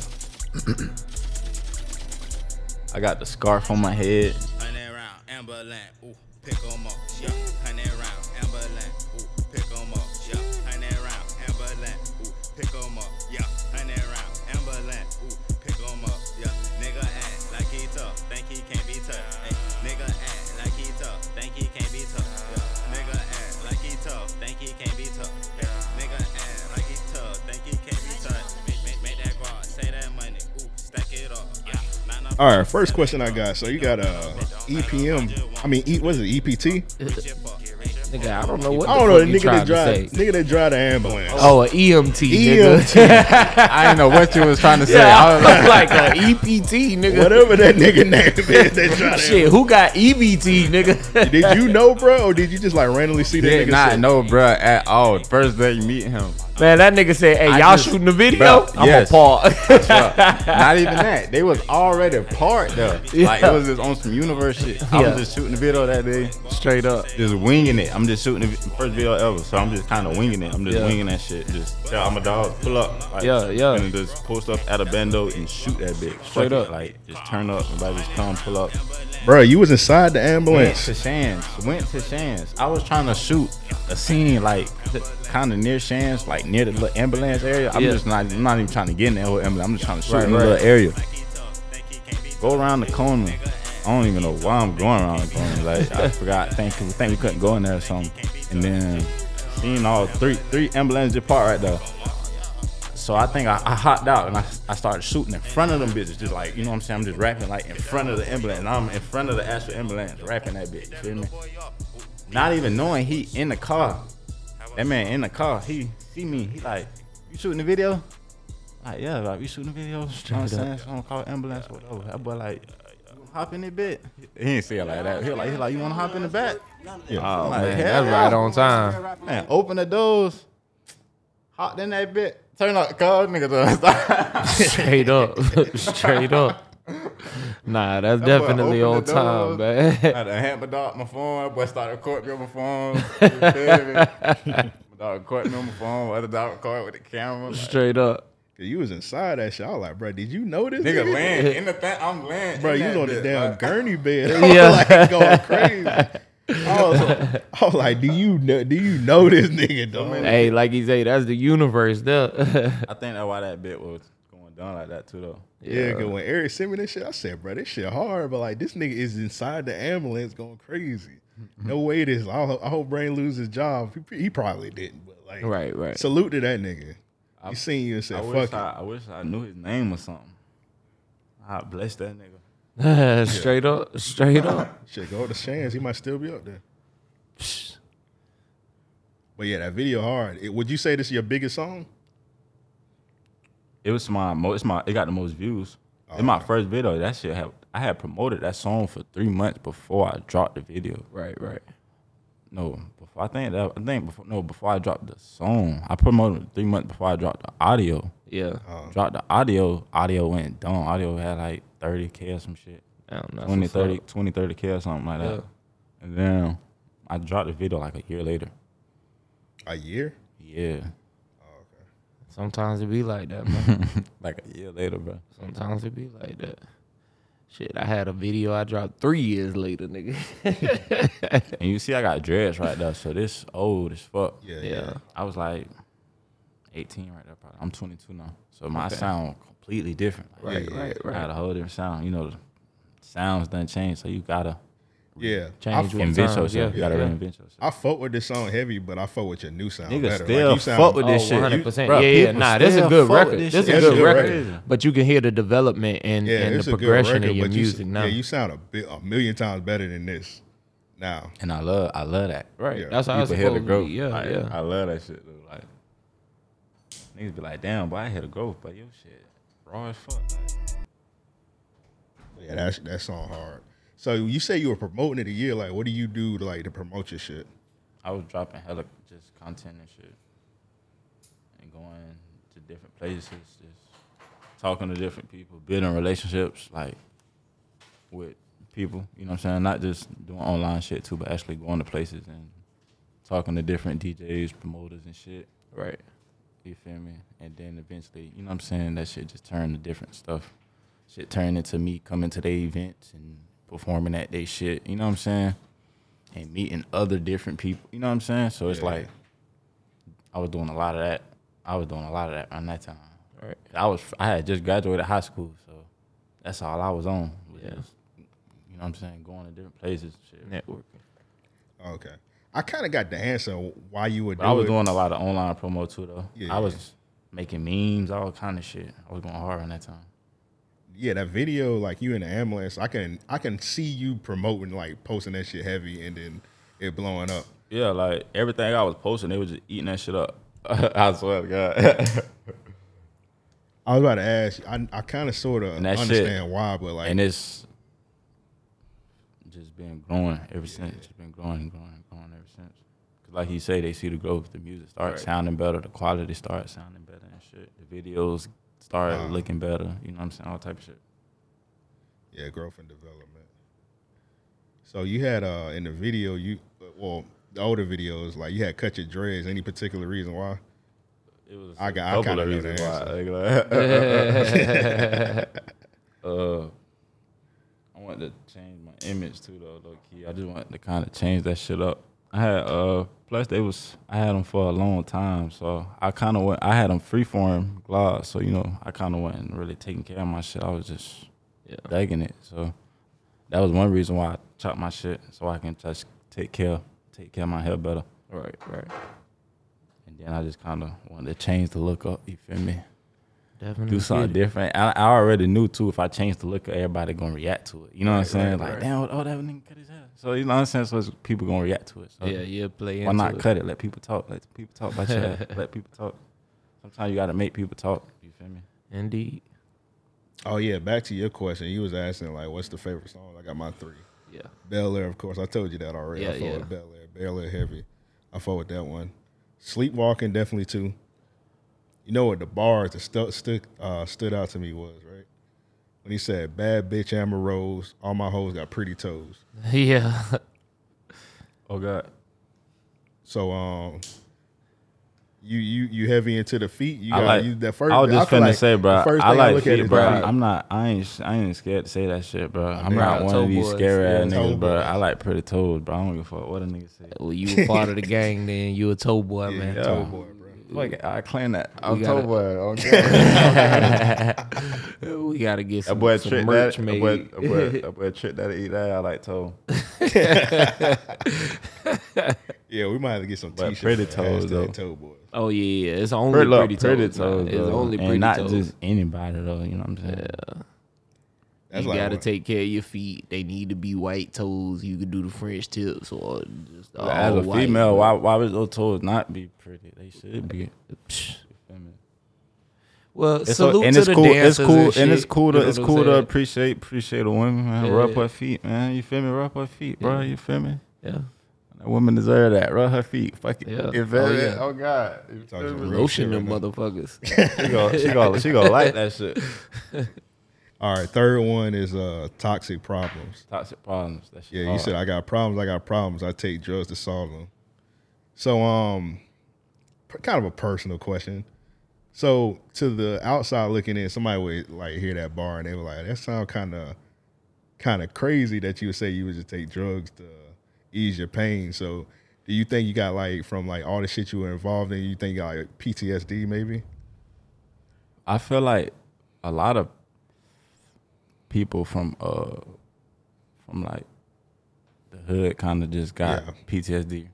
Speaker 2: I got the scarf on my head.
Speaker 4: Hundred round, amber lamp, ooh, pick 'em up, yeah. Hundred round, amber lamp, ooh, pick 'em up, yeah. Hundred round, amber lamp, ooh, pick 'em up, yeah. Hundred round, amber lamp, ooh, pick 'em up, yeah. Nigga act like he tough, think he can't be tough. Ay, nigga act like he tough, think he can't be tough. Yeah. Nigga act like he tough, think he can't be tough. Yeah. Nigga act like he tough, think he can't be tough. Make, make, make that guard, say that money, ooh, stack it up, yeah. Line up
Speaker 1: All right, first question I got. So you got uh, a EPM? I mean, e, what is it? EPT?
Speaker 3: Nigga, I don't know what
Speaker 1: I don't know the
Speaker 3: you
Speaker 1: nigga
Speaker 3: trying
Speaker 1: that
Speaker 3: to
Speaker 1: drive, E
Speaker 3: say.
Speaker 1: nigga that drive the ambulance.
Speaker 3: Oh, an EMT, nigga.
Speaker 1: EMT,
Speaker 2: I didn't know what you was trying to say. I was
Speaker 3: I'm like an EPT, nigga.
Speaker 1: whatever that nigga name is, that drive. the
Speaker 3: Shit, who got EBT, nigga?
Speaker 1: ambulance. Did you know, bro, or did you just like randomly see that
Speaker 2: did
Speaker 1: nigga?
Speaker 2: not
Speaker 1: shit?
Speaker 2: know, bro, at all. First day you meet him.
Speaker 3: Man, that nigga said, "Hey,
Speaker 2: I
Speaker 3: y'all
Speaker 2: just-
Speaker 3: shooting the video?
Speaker 2: Bruh,
Speaker 3: I'm
Speaker 2: yes.
Speaker 3: gonna pause."
Speaker 2: Bruh, not even that. They was already apart though. Like it
Speaker 3: Yeah.
Speaker 2: was just on some universe shit. I
Speaker 3: Yeah.
Speaker 2: was just shooting the video that day, straight up, just winging it. I'm just shooting the vi- first video ever, so I'm just kind of winging it. I'm just
Speaker 3: Yeah.
Speaker 2: winging that shit. Just tell I'm a dog, pull up. Like,
Speaker 3: Yeah, yeah.
Speaker 2: And just post up at a bando and shoot that bitch Fuck
Speaker 3: Straight
Speaker 2: it,
Speaker 3: up.
Speaker 2: Like just turn up. Everybody just come, pull up.
Speaker 1: bro. You was inside the
Speaker 2: Went
Speaker 1: ambulance.
Speaker 2: to Shans. Went to Shans. I was trying to shoot a scene like kind of near Shans, like near the little ambulance area. I'm
Speaker 3: Yeah.
Speaker 2: just not. I'm not even trying to get in that whole ambulance. I'm just trying to shoot
Speaker 3: Right,
Speaker 2: in the
Speaker 3: right.
Speaker 2: little area.
Speaker 4: Go
Speaker 2: Go around the corner. I don't even know why I'm going around the corner. Like I forgot. Think we think we couldn't go in there or something. And then seeing all three three ambulances apart right there. So I think I, I hopped out and I, I started shooting in front of them bitches, just like you know what I'm saying. I'm just rapping like in front of the ambulance. And I'm in front of the actual ambulance, rapping that bitch. You feel me? Not even knowing he in the car. That man in the car. He see me. He like, you shooting the video? Like yeah, like we shooting the video. You know what I'm saying? So I'm gonna call ambulance. Whatever. That boy like, you wanna hop in the bit. He ain't say it like that. He like he like you wanna hop in the back?
Speaker 3: oh
Speaker 2: Like,
Speaker 3: man,
Speaker 2: hell
Speaker 3: that's
Speaker 2: yeah.
Speaker 3: right on time.
Speaker 2: Man, open the doors. Hopped in that bit. Turn up the car, niggas.
Speaker 3: Straight up, straight up. Nah, that's
Speaker 2: That boy
Speaker 3: definitely on
Speaker 2: opened the doors.
Speaker 3: time, man.
Speaker 2: I had a hammer dog my phone. That boy started court me on my phone. You feel me? my dog caught me on my phone. My other dog caught with the camera. Like,
Speaker 3: Straight up.
Speaker 1: Cause you was inside that shit. I was like, bro, did you know this?
Speaker 2: nigga, land in the thing. I'm land.
Speaker 1: Bro,
Speaker 2: in
Speaker 1: you was
Speaker 2: that
Speaker 1: on the
Speaker 2: bitch,
Speaker 1: damn
Speaker 2: like,
Speaker 1: gurney bed.
Speaker 3: Yeah.
Speaker 1: Yeah. like going crazy. I was, like, I was like, do you know do you know this nigga dog?
Speaker 3: Hey, like he say, that's the universe, though.
Speaker 2: I think that's why that bit was going down like that too, though.
Speaker 1: yeah, cause when Eric sent me this shit, I said, bro, this shit hard, but like this nigga is inside the ambulance going crazy. No way this. I hope, I hope Brain lose his job. He, he probably didn't, but like
Speaker 3: Right, right.
Speaker 1: salute to that nigga. He seen you and said,
Speaker 2: I
Speaker 1: fuck
Speaker 2: wish
Speaker 1: it.
Speaker 2: I, I wish I knew his name or something. I bless that nigga.
Speaker 3: straight up, straight up.
Speaker 1: Shit, go to Shans. He might still be up there. But yeah, that video hard. It- would you say this is your biggest song?
Speaker 2: It was my most. It's my. It got the most views. in my first video, that shit had I had promoted that song for three months before I dropped the video.
Speaker 3: Right, right.
Speaker 2: No, before I think that I think before no before I dropped the song, I promoted it three months before I dropped the audio.
Speaker 3: Yeah.
Speaker 1: Uh,
Speaker 2: Dropped the audio, audio went down. Audio had like thirty k or some shit,
Speaker 3: I don't know.
Speaker 2: 20,
Speaker 3: That's what's
Speaker 2: 30, 20, 30 k or something like that.
Speaker 3: Yeah.
Speaker 2: And then I dropped the video like a year later.
Speaker 1: A year? Oh,
Speaker 2: Yeah,
Speaker 3: up. Sometimes it be like that, man.
Speaker 2: like a year later, bro.
Speaker 3: Sometimes it be like that. Shit, I had a video I dropped three years later, nigga.
Speaker 2: And you see, I got dreads right there, so this old as fuck.
Speaker 1: Yeah, yeah.
Speaker 3: yeah.
Speaker 2: I was like 18 right there. Probably. I'm 22 now, so my sound completely different. Like,
Speaker 1: Right, right,
Speaker 2: I had a whole different sound. You know, the sounds done change, so you gotta
Speaker 1: Yeah.
Speaker 3: Change with
Speaker 2: invent yourself.
Speaker 3: times, yeah.
Speaker 2: You gotta
Speaker 3: Yeah.
Speaker 2: reinvent yourself.
Speaker 1: I fuck with this song heavy, but I fuck with your new sound
Speaker 2: Niggas
Speaker 1: better.
Speaker 2: still
Speaker 1: you
Speaker 2: fuck with this
Speaker 3: Oh,
Speaker 2: shit.
Speaker 3: 100%.
Speaker 2: You- bruh,
Speaker 3: yeah, yeah.
Speaker 2: people
Speaker 3: Nah, this is a
Speaker 2: still
Speaker 3: good
Speaker 2: fuck with
Speaker 3: record.
Speaker 2: this
Speaker 3: This,
Speaker 2: shit.
Speaker 3: is
Speaker 1: That's
Speaker 3: a
Speaker 1: a
Speaker 3: good,
Speaker 1: good
Speaker 3: record.
Speaker 2: record.
Speaker 3: But you can hear the development and,
Speaker 1: Yeah,
Speaker 3: and
Speaker 1: it's
Speaker 3: the
Speaker 1: a good
Speaker 3: progression
Speaker 1: record,
Speaker 3: of your
Speaker 1: but you-
Speaker 3: music now.
Speaker 1: Yeah, you sound a, bit, a million times better than this. Now,
Speaker 2: And I love, I love that.
Speaker 3: right.
Speaker 1: Yeah.
Speaker 3: That's how I
Speaker 2: You
Speaker 3: was
Speaker 2: can hear the
Speaker 3: supposed to
Speaker 2: growth.
Speaker 3: be. Yeah,
Speaker 2: Like,
Speaker 3: yeah.
Speaker 2: I love that shit. Though. Like niggas be like, damn, boy, I hear the growth, but your shit raw as fuck. Like,
Speaker 1: yeah, that's that song hard. So you say you were promoting it a year. Like, what do you do to like to promote your shit?
Speaker 2: I was dropping hella just content and shit, and going to different places, just talking to different people, building relationships, like with people. You know what I'm saying? Not just doing online shit too, but actually going to places and talking to different DJs, promoters, and shit.
Speaker 3: Right.
Speaker 2: You feel me? And then eventually, you know what I'm saying? That shit just turned to different stuff. Shit turned into me coming to their events and performing at their shit. You know what I'm saying? And meeting other different people. You know what I'm saying? So it's
Speaker 1: Yeah.
Speaker 2: like I was doing a lot of that. I was doing a lot of that around that time.
Speaker 3: Right.
Speaker 2: I was I had just graduated high school, so that's all I was on. was
Speaker 3: Yeah.
Speaker 2: just, you know what I'm saying? Going to different places, and shit.
Speaker 3: Networking.
Speaker 1: Okay, I kind of got the answer why you would.
Speaker 2: But
Speaker 1: do
Speaker 2: I was
Speaker 1: it.
Speaker 2: doing a lot of online promo too, though.
Speaker 1: Yeah.
Speaker 2: I was making memes, all kind of shit. I was going hard on that time.
Speaker 1: yeah, that video, like you in the ambulance, I can I can see you promoting like posting that shit heavy and then it blowing up.
Speaker 2: Yeah, like everything I was posting, they was just eating that shit up. I swear to God.
Speaker 1: I was about to ask, I I kind of sort of
Speaker 2: And that shit-
Speaker 1: understand why, but like
Speaker 2: and it's just been growing ever since. Just been growing, growing, growing ever since. Cause like you say, they see the growth. The music starts sounding better. The quality starts sounding better and shit. The videos start
Speaker 1: Uh-huh.
Speaker 2: looking better. You know what I'm saying? All type of shit.
Speaker 1: yeah, growth and development. So you had uh in the video you well the older videos like you had cut your dreads. Any particular reason why?
Speaker 2: It was
Speaker 1: I
Speaker 2: I
Speaker 1: got- I
Speaker 2: got,
Speaker 1: kinda
Speaker 2: couple of
Speaker 1: know the
Speaker 2: reasons why. Like, like, uh, I wanted to change my image too, though, low key. I just wanted to kind of change that shit up. I had uh, plus they was I had them for a long time, so I kind of went. I had them freeform gloss, so you know I kind of wasn't really taking care of my shit. I was just
Speaker 3: Yeah.
Speaker 2: begging it, so that was one reason why I chopped my shit so I can just take care, take care of my hair better.
Speaker 3: Right, right.
Speaker 2: And then I just kind of wanted to change the look up. You feel me?
Speaker 3: Definitely.
Speaker 2: do something
Speaker 3: get Mm-hmm. it.
Speaker 2: different. I, I already knew too. If I change the look, everybody gonna react to it. You know what I'm saying?
Speaker 3: right,
Speaker 2: like,
Speaker 3: right.
Speaker 2: damn, oh that nigga cut his hair. So you know what I'm saying? So it's- people gonna react to it. So
Speaker 3: Yeah, yeah, play into
Speaker 2: Why not
Speaker 3: it.
Speaker 2: cut it? Let people talk. Let people talk about your. hair. Let people talk. Sometimes you gotta make people talk. You feel me?
Speaker 3: Indeed.
Speaker 1: Oh yeah, back to your question. You was asking like what's the favorite song? I got my three.
Speaker 3: Yeah.
Speaker 1: Bel Air, of course. I told you that already. I
Speaker 3: Yeah,
Speaker 1: fought
Speaker 3: yeah.
Speaker 1: with Bel Air. Bel Air heavy. I fought with that one. Sleepwalking definitely too. You know what the bars that stu- stood uh, stood out to me was right when he said, "Bad bitch Amber Rose, all my hoes got pretty toes."
Speaker 3: Yeah.
Speaker 2: Oh God.
Speaker 1: So um, you you you heavy into the feet. You
Speaker 2: I
Speaker 1: got
Speaker 2: like-
Speaker 1: you that first.
Speaker 2: I was just
Speaker 1: feel
Speaker 2: finna
Speaker 1: like
Speaker 2: say, bro.
Speaker 1: the first
Speaker 2: I
Speaker 1: thing
Speaker 2: like
Speaker 1: look at
Speaker 2: feet,
Speaker 1: is
Speaker 2: bro.
Speaker 1: the feet.
Speaker 2: I'm not. I ain't. I ain't scared to say that shit, bro. I'm
Speaker 1: man,
Speaker 2: not one
Speaker 3: toe
Speaker 2: of these
Speaker 3: boys,
Speaker 2: scary ass
Speaker 1: yeah. Toe
Speaker 2: niggas, bro.
Speaker 1: boys.
Speaker 2: I like pretty toes, bro. I don't give a fuck what a nigga say.
Speaker 3: well, you were part of the gang then. You a toe boy, man.
Speaker 1: yeah, toe boy, bro.
Speaker 2: Look, I claim that.
Speaker 3: We gotta-
Speaker 2: Okay.
Speaker 3: We got to get
Speaker 2: That
Speaker 3: some,
Speaker 2: boy
Speaker 3: some
Speaker 2: tricked
Speaker 3: merch
Speaker 2: that. That
Speaker 3: made.
Speaker 2: boy, that boy, that boy tricked that to eat that. I like toe,
Speaker 1: Yeah, we might have to get some
Speaker 2: But
Speaker 1: t-shirts.
Speaker 2: pretty
Speaker 1: that
Speaker 2: toes,
Speaker 1: hashtag
Speaker 2: though.
Speaker 1: Toe boy.
Speaker 3: Oh, yeah, yeah. It's only
Speaker 2: pretty,
Speaker 3: pretty,
Speaker 2: look,
Speaker 3: toes.
Speaker 2: pretty toes.
Speaker 3: nah. It's
Speaker 2: though.
Speaker 3: only
Speaker 2: And
Speaker 3: pretty
Speaker 2: not
Speaker 3: toes.
Speaker 2: just anybody though. You know what I'm saying?
Speaker 1: That's
Speaker 3: you
Speaker 1: like
Speaker 3: gotta
Speaker 1: one-
Speaker 3: take care of your feet. They need to be white toes. You could do the French tips or just all
Speaker 2: As a
Speaker 3: white,
Speaker 2: female,
Speaker 3: but-
Speaker 2: why why would those toes not be pretty? They should be.
Speaker 3: Psh,
Speaker 2: You feel me?
Speaker 3: Well,
Speaker 2: It's
Speaker 3: salute
Speaker 2: a, and
Speaker 3: to
Speaker 2: it's
Speaker 3: the
Speaker 2: cool. It's
Speaker 3: dancers
Speaker 2: cool.
Speaker 3: shit,
Speaker 2: And it's cool to
Speaker 3: you know
Speaker 2: it's
Speaker 3: what I'm
Speaker 2: cool to
Speaker 3: saying?
Speaker 2: appreciate appreciate a woman, man.
Speaker 3: Yeah.
Speaker 2: Rub her feet, man. You feel me? Rub her feet, bro.
Speaker 3: Yeah.
Speaker 2: You feel me?
Speaker 3: Yeah.
Speaker 2: That woman deserve that. Rub her feet. Fuck it.
Speaker 3: Yeah.
Speaker 2: If
Speaker 3: Oh,
Speaker 2: that-
Speaker 3: yeah.
Speaker 2: oh God. You
Speaker 1: Talking
Speaker 2: feel me?
Speaker 1: real shit
Speaker 3: Lotion
Speaker 1: right
Speaker 3: them
Speaker 1: now.
Speaker 3: motherfuckers.
Speaker 2: She gonna she gonna she gonna like that shit.
Speaker 1: All right, third one is uh toxic problems.
Speaker 2: Toxic problems. That shit
Speaker 1: Yeah, you
Speaker 2: hard.
Speaker 1: said I got problems. I got problems. I take drugs to solve them. So, um, p- kind of a personal question. So, to the outside looking in, somebody would like hear that bar and they were like, "That sound kind of, kind of crazy that you would say you would just take drugs to ease your pain." So, do you think you got like from like all the shit you were involved in? You think you got like PTSD maybe?
Speaker 2: I feel like a lot of people from uh from like the hood kind of just got
Speaker 1: Yeah.
Speaker 2: PTSD.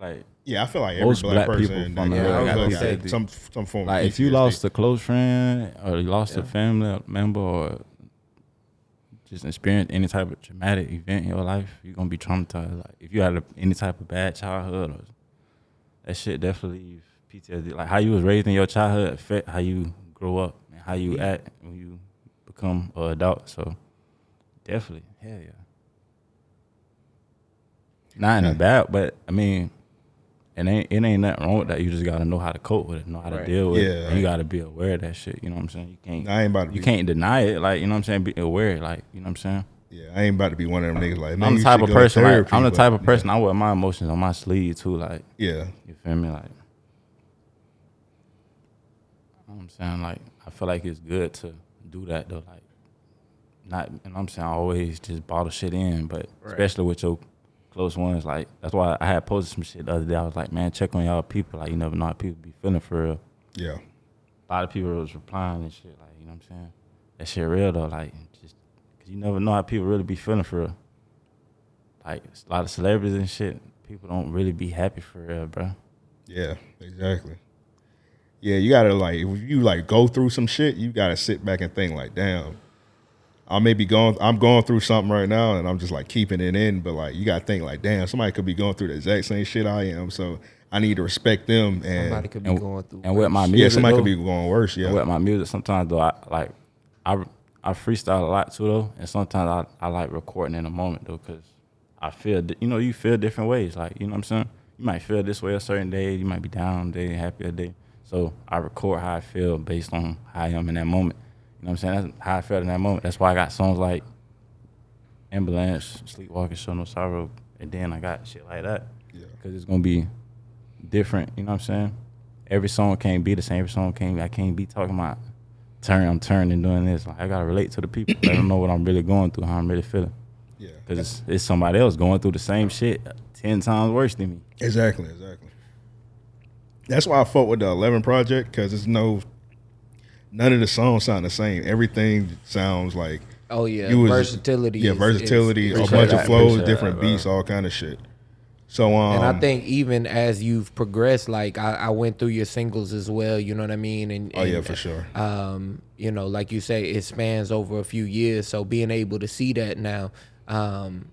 Speaker 2: Like
Speaker 1: Yeah, I feel like every
Speaker 2: Most
Speaker 1: black,
Speaker 2: black
Speaker 1: person
Speaker 2: people
Speaker 1: that
Speaker 2: from
Speaker 1: got
Speaker 2: the hood
Speaker 1: drugs
Speaker 2: got
Speaker 1: got
Speaker 2: PTSD.
Speaker 1: some some form.
Speaker 2: like
Speaker 1: of
Speaker 2: if you
Speaker 1: PTSD.
Speaker 2: lost a close friend or you lost a family member or just experienced any type of traumatic event in your life, you're gonna be traumatized. Like if you had a, any type of bad childhood, or that shit definitely leaves PTSD. Like how you was raised in your childhood affect how you grow up and how you act when you become an adult. So definitely, hell yeah. Not in a bad, but I mean, it ain't it ain't nothing wrong with that. You just gotta know how to cope with it, know how to
Speaker 3: Right.
Speaker 2: deal with it.
Speaker 1: Yeah.
Speaker 2: And you gotta be aware of that shit. You know what I'm saying? You can't
Speaker 1: I ain't about to
Speaker 2: you
Speaker 1: be-
Speaker 2: can't deny it. Like you know what I'm saying? Be aware. Like you know what I'm saying?
Speaker 1: Yeah, I ain't about to be one of them niggas like. "Man,
Speaker 2: I'm
Speaker 1: you
Speaker 2: the type
Speaker 1: should
Speaker 2: of
Speaker 1: go to
Speaker 2: person.
Speaker 1: therapy,"
Speaker 2: Like, I'm the
Speaker 1: but-
Speaker 2: type of person. I wear my emotions on my sleeve too. Like
Speaker 1: Yeah,
Speaker 2: you feel me? Like you know what I'm saying. Like I feel like it's good to do that though. Like not. And I'm saying always just bottle shit in, but especially with your close ones. Like that's why I had posted some shit the other day. I was like, man, check on y'all people. Like you never know how people be feeling for real.
Speaker 1: yeah.
Speaker 2: a lot of people was replying and shit. Like, you know what I'm saying? That shit real though. Like, just because you never know how people really be feeling for real. Like, a lot of celebrities and shit, people don't really be happy for real, bro.
Speaker 1: Yeah, exactly. Yeah, you gotta like if you like go through some shit, you gotta sit back and think like, damn, I may be going I'm going through something right now and I'm just like keeping it in, but like you gotta think like, damn, somebody could be going through the exact same shit I am. So I need to respect them and
Speaker 3: Somebody could be
Speaker 2: And,
Speaker 3: going through.
Speaker 2: and with my music,
Speaker 1: yeah, somebody
Speaker 2: though,
Speaker 1: could be going worse. Yeah.
Speaker 2: and with my music, sometimes though, I like, I I freestyle a lot too though, and sometimes I, I like recording in the moment though, cause I feel di- you know you feel different ways, like you know what I'm saying. You might feel this way a certain day, you might be down a day, happy a day. So I record how I feel based on how I am in that moment. You know what I'm saying? That's how I felt in that moment. That's why I got songs like Ambulance, Sleepwalking, Show No Sorrow, and then I got shit like that.
Speaker 1: Yeah.
Speaker 2: Cause it's gonna be different. You know what I'm saying? Every song can't be the same. Every song can't. I can't be talking about turn. I'm turning and doing this. Like I gotta relate to the people. Let them know what I'm really going through. How I'm really feeling.
Speaker 1: yeah.
Speaker 2: Cause it's, it's somebody else going through the same shit ten times worse than me.
Speaker 1: Exactly, exactly. That's why I fought with the Eleven Project because it's no, none of the songs sound the same. Everything sounds like
Speaker 3: oh yeah,
Speaker 1: you was-
Speaker 3: versatility.
Speaker 1: yeah,
Speaker 3: is- is-
Speaker 1: versatility, a
Speaker 2: appreciate
Speaker 1: bunch
Speaker 2: that,
Speaker 1: of flows,
Speaker 2: appreciate
Speaker 1: different
Speaker 2: that, bro.
Speaker 1: beats, all kind of shit. So um,
Speaker 3: And I think even as you've progressed, like I, I went through your singles as well. You know what I mean? And
Speaker 1: oh yeah,
Speaker 3: and,
Speaker 1: for sure.
Speaker 3: um, you know, like you say, it spans over a few years. So being able to see that now, um,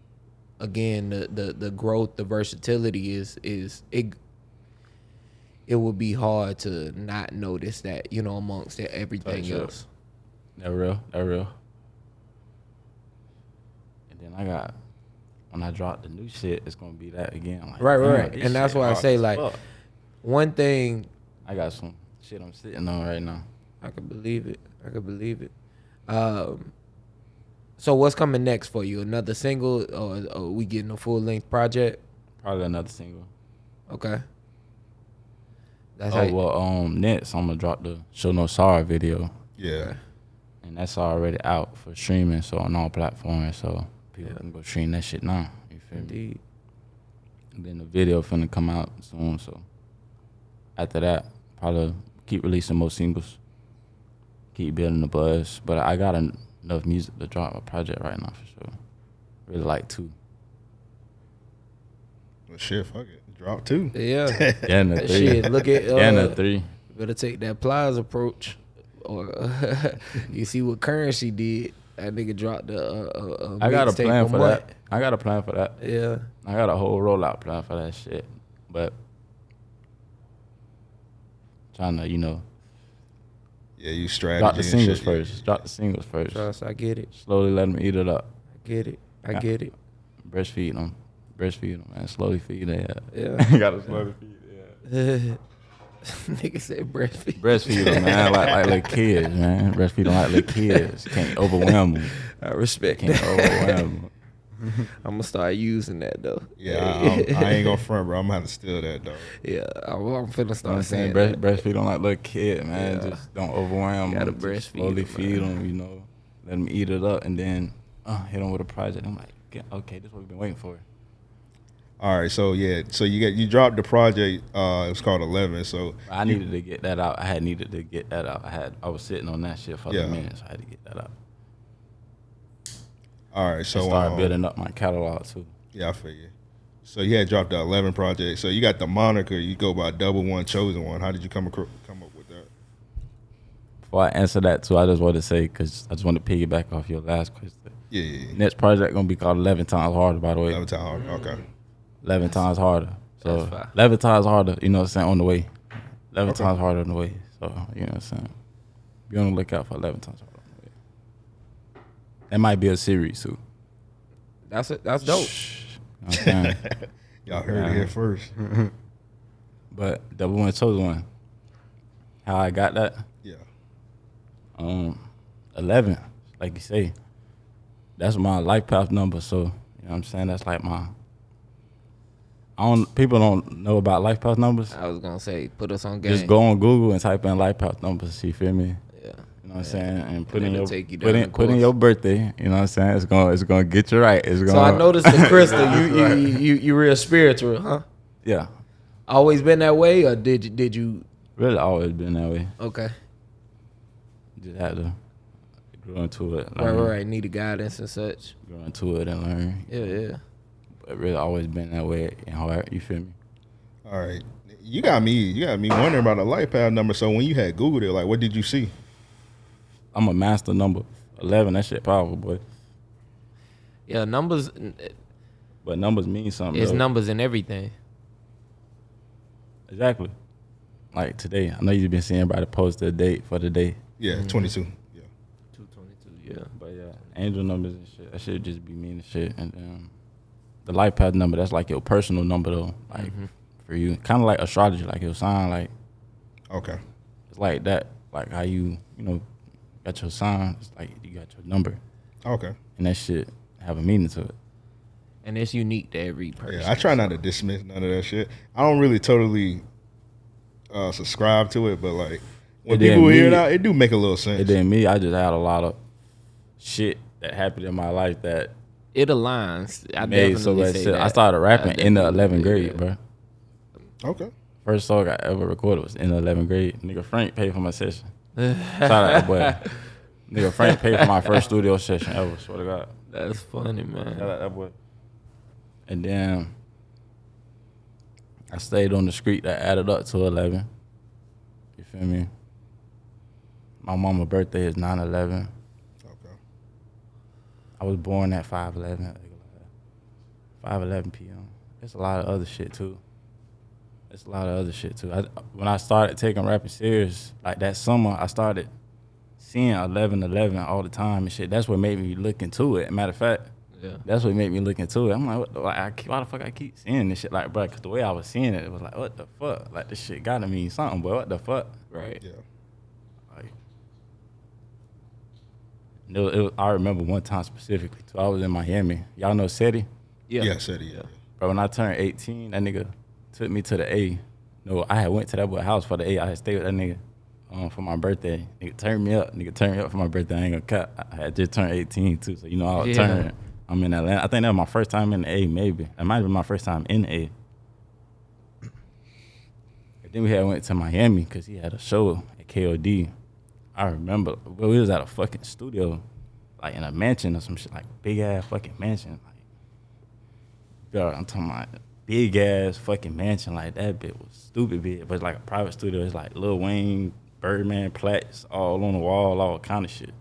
Speaker 3: again, the, the the growth, the versatility is is it. It would be hard to not notice that, you know, amongst e-, everything
Speaker 2: Touch up.
Speaker 3: else.
Speaker 2: That real. That real. And then I got when I drop the new shit, it's gonna be that again. Like,
Speaker 3: Right, right,
Speaker 2: damn,
Speaker 3: right.
Speaker 2: this
Speaker 3: And that's
Speaker 2: shit
Speaker 3: why I
Speaker 2: hard
Speaker 3: say,
Speaker 2: as
Speaker 3: like-
Speaker 2: fuck.
Speaker 3: One thing
Speaker 2: I got some shit I'm sitting on right now.
Speaker 3: I could believe it. I could believe it. Um, so what's coming next for you? Another single, or, or we getting a full length project?
Speaker 2: Probably another single.
Speaker 3: Okay. That's
Speaker 2: Oh
Speaker 3: how.
Speaker 2: well, um, next I'm gonna drop the "Show No Sorry" video,
Speaker 1: Yeah,
Speaker 2: and that's already out for streaming, so on all platforms, so people
Speaker 3: Yeah.
Speaker 2: can go stream that shit now. You feel me?
Speaker 3: Indeed.
Speaker 2: And then the video finna come out soon, so after that, probably keep releasing more singles, keep building the buzz. But I got en- enough music to drop a project right now for sure. Really like two.
Speaker 1: well, shit, fuck it, drop two.
Speaker 3: Yeah.
Speaker 2: Yeah, and the three.
Speaker 3: Shit. Look at. Uh,
Speaker 2: Yeah, and the three.
Speaker 3: Better take that plies approach, or you see what currency did. That nigga dropped the. Uh, uh, uh,
Speaker 2: I got a
Speaker 3: mixtape
Speaker 2: plan
Speaker 3: a
Speaker 2: for
Speaker 3: month.
Speaker 2: that. I got a plan for that.
Speaker 3: Yeah.
Speaker 2: I got a whole rollout plan for that shit, but trying to you know
Speaker 1: Yeah, you strategy.
Speaker 2: Drop the
Speaker 1: and
Speaker 2: singles
Speaker 1: shit.
Speaker 2: first. Drop the singles first.
Speaker 3: Trust, I get it.
Speaker 2: Slowly let them eat it up.
Speaker 3: I get it. I
Speaker 2: Yeah.
Speaker 3: get it.
Speaker 2: Breastfeed them. Breastfeed them, man. Slowly feed them. Yeah.
Speaker 3: Yeah.
Speaker 2: Gotta slowly feed yeah.
Speaker 3: Nigga said breastfeed.
Speaker 2: Breastfeed them, man. Like, like little kids, man. Breastfeed them like little kids. Can't overwhelm them.
Speaker 3: I respect
Speaker 2: Can't
Speaker 3: that.
Speaker 2: overwhelm them.
Speaker 3: I'm gonna start using that though.
Speaker 1: Yeah, I, I, I ain't gonna front, bro. I'm gonna have to steal that though.
Speaker 3: yeah. I'm, I'm finna
Speaker 2: You know what
Speaker 3: start
Speaker 2: I'm saying?
Speaker 3: saying
Speaker 2: Breast,
Speaker 3: that.
Speaker 2: breastfeed them like little kid, man.
Speaker 3: Yeah.
Speaker 2: Just don't overwhelm
Speaker 3: You gotta
Speaker 2: them. Just
Speaker 3: breastfeed
Speaker 2: slowly
Speaker 3: 'em,
Speaker 2: feed
Speaker 3: man.
Speaker 2: them, you know. Let them eat it up and then uh, hit them with a project. I'm like, "Yeah, okay, this is what we've been waiting for.
Speaker 1: All right, so yeah, so you get you dropped the project. Uh, it was called Eleven. So
Speaker 2: I needed to get that out. I had needed to get that out. I had I was sitting on that shit for
Speaker 1: Yeah.
Speaker 2: a minute, so I had to get that out.
Speaker 1: all right,
Speaker 2: I
Speaker 1: so
Speaker 2: started
Speaker 1: um,
Speaker 2: building up my catalog too.
Speaker 1: Yeah, I figure. So you had dropped the Eleven project. So you got the moniker. You go by Double One Chosen One. How did you come acro- come up with that?
Speaker 2: Before I answer that too, I just want to say because I just want to piggyback off your last question.
Speaker 1: Yeah, yeah, yeah.
Speaker 2: Next project gonna be called Eleven Times Harder. By the way,
Speaker 1: Eleven time. Okay.
Speaker 2: Eleven times harder.
Speaker 3: that's
Speaker 2: So
Speaker 3: fine.
Speaker 2: eleven times harder, you know what I'm saying, on the way. Eleven
Speaker 1: Okay.
Speaker 2: times harder on the way. So, you know what I'm saying? Be on the lookout for eleven times harder on the way. That might be a series too.
Speaker 3: That's it. That's dope.
Speaker 2: You know what I'm saying?
Speaker 1: Y'all heard it here first.
Speaker 2: but double one chosen one. How I got that?
Speaker 1: Yeah.
Speaker 2: Um eleven, like you say. That's my life path number, so you know what I'm saying? That's like my I don't people don't know about life path numbers.
Speaker 3: I was gonna say put us on game.
Speaker 2: Just go on Google and type in life path numbers, you feel me?
Speaker 3: Yeah.
Speaker 2: You know what I'm saying? And put in
Speaker 3: it'll
Speaker 2: your
Speaker 3: take you
Speaker 2: put
Speaker 3: down
Speaker 2: in,
Speaker 3: the
Speaker 2: put in
Speaker 3: course.
Speaker 2: your birthday. You know what I'm saying? It's gonna it's gonna get you right. It's gonna.
Speaker 3: So I noticed the crystal. You you, you you you real spiritual, huh?
Speaker 2: Yeah,
Speaker 3: Always been that way, or did you did you?
Speaker 2: really always been that way.
Speaker 3: Okay.
Speaker 2: Just had to grow into it,
Speaker 3: Right,
Speaker 2: learn,
Speaker 3: right, right. Need a guidance and such.
Speaker 2: grow into it, and learn.
Speaker 3: Yeah, yeah.
Speaker 2: But really always been that way in heart. You feel me?
Speaker 1: All right. You got me. You got me wondering about the light path number. So when you had Googled it, like, what did you see?
Speaker 2: I'm a master number eleven. That shit powerful, boy.
Speaker 3: Yeah, numbers.
Speaker 2: But numbers mean something.
Speaker 3: It's
Speaker 2: though.
Speaker 3: numbers in everything.
Speaker 2: exactly. Like today, I know you've been seeing everybody post the date for the day.
Speaker 1: Yeah, twenty-two. Yeah.
Speaker 3: Two twenty two. Yeah.
Speaker 2: But yeah, angel numbers and shit. That should just be mean as shit. And um, the life path number, that's like your personal number though. Like for you. Kinda like astrology, like your sign, like
Speaker 1: Okay.
Speaker 2: it's like that. Like how you, you know, got your sign, it's like you got your number.
Speaker 1: Okay.
Speaker 2: And that shit have a meaning to it.
Speaker 3: And it's unique to every person.
Speaker 1: Yeah, I try not to dismiss none of that shit. I don't really totally uh, subscribe to it, but like when
Speaker 2: It didn't
Speaker 1: people hear it
Speaker 2: mean-
Speaker 1: out, it do make a little sense.
Speaker 2: And then me, I just had a lot of shit that happened in my life that
Speaker 3: It aligns. I
Speaker 2: made
Speaker 3: definitely
Speaker 2: so much
Speaker 3: say
Speaker 2: shit.
Speaker 3: that.
Speaker 2: I started rapping in the
Speaker 3: definitely-
Speaker 2: eleventh grade,
Speaker 3: yeah.
Speaker 2: bro.
Speaker 1: Okay.
Speaker 2: First song I ever recorded was in the 11th grade. Nigga Frank paid for my session. Shout out to that boy. Nigga Frank paid for my first studio session ever. Swear to God.
Speaker 3: That's funny,
Speaker 2: Shout
Speaker 3: man.
Speaker 2: out to that boy. And then I stayed on the street that added up to 11. You feel me? My mama's birthday is 9 11.
Speaker 1: Okay.
Speaker 2: I was born at 5 11. 5 11 p.m. It's a lot of other shit too. It's a lot of other shit too. I, when I started taking rapping serious, like that summer, I started seeing 11 11 all the time and shit. That's what made me look into it. Matter of fact,
Speaker 3: Yeah.
Speaker 2: that's what made me look into it. I'm like, what the, like I keep, why the fuck I keep seeing this shit? Like, bro, because the way I was seeing it, it was like, what the fuck? Like, this shit gotta mean something, boy. What the fuck?
Speaker 3: Right.
Speaker 1: Yeah.
Speaker 2: Like, it was, it was- I remember one time specifically, too. I was in Miami. Y'all know SETI?
Speaker 1: Yeah.
Speaker 3: Yeah.
Speaker 1: said it. Yeah.
Speaker 2: But when I turned 18, that nigga took me to the A. No, I had went to that boy house for the A. I had stayed with that nigga um, for my birthday. Nigga turned me up. Nigga turned me up for my birthday. I ain't gonna cut. I had just turned 18 too, so you know I was
Speaker 3: Yeah.
Speaker 2: turning. I'm in Atlanta. I think that was my first time in the A. Maybe that might have been my first time in A. And then we had went to Miami because he had a show at KOD. I remember, well, we was at a fucking studio, like in a mansion or some shit, like big ass fucking mansion. Like, Yo, I'm talking about big ass fucking mansion like that bit was stupid big, but it's like a private studio. It's like Lil Wayne, Birdman, plaques all on the wall, all kind of shit.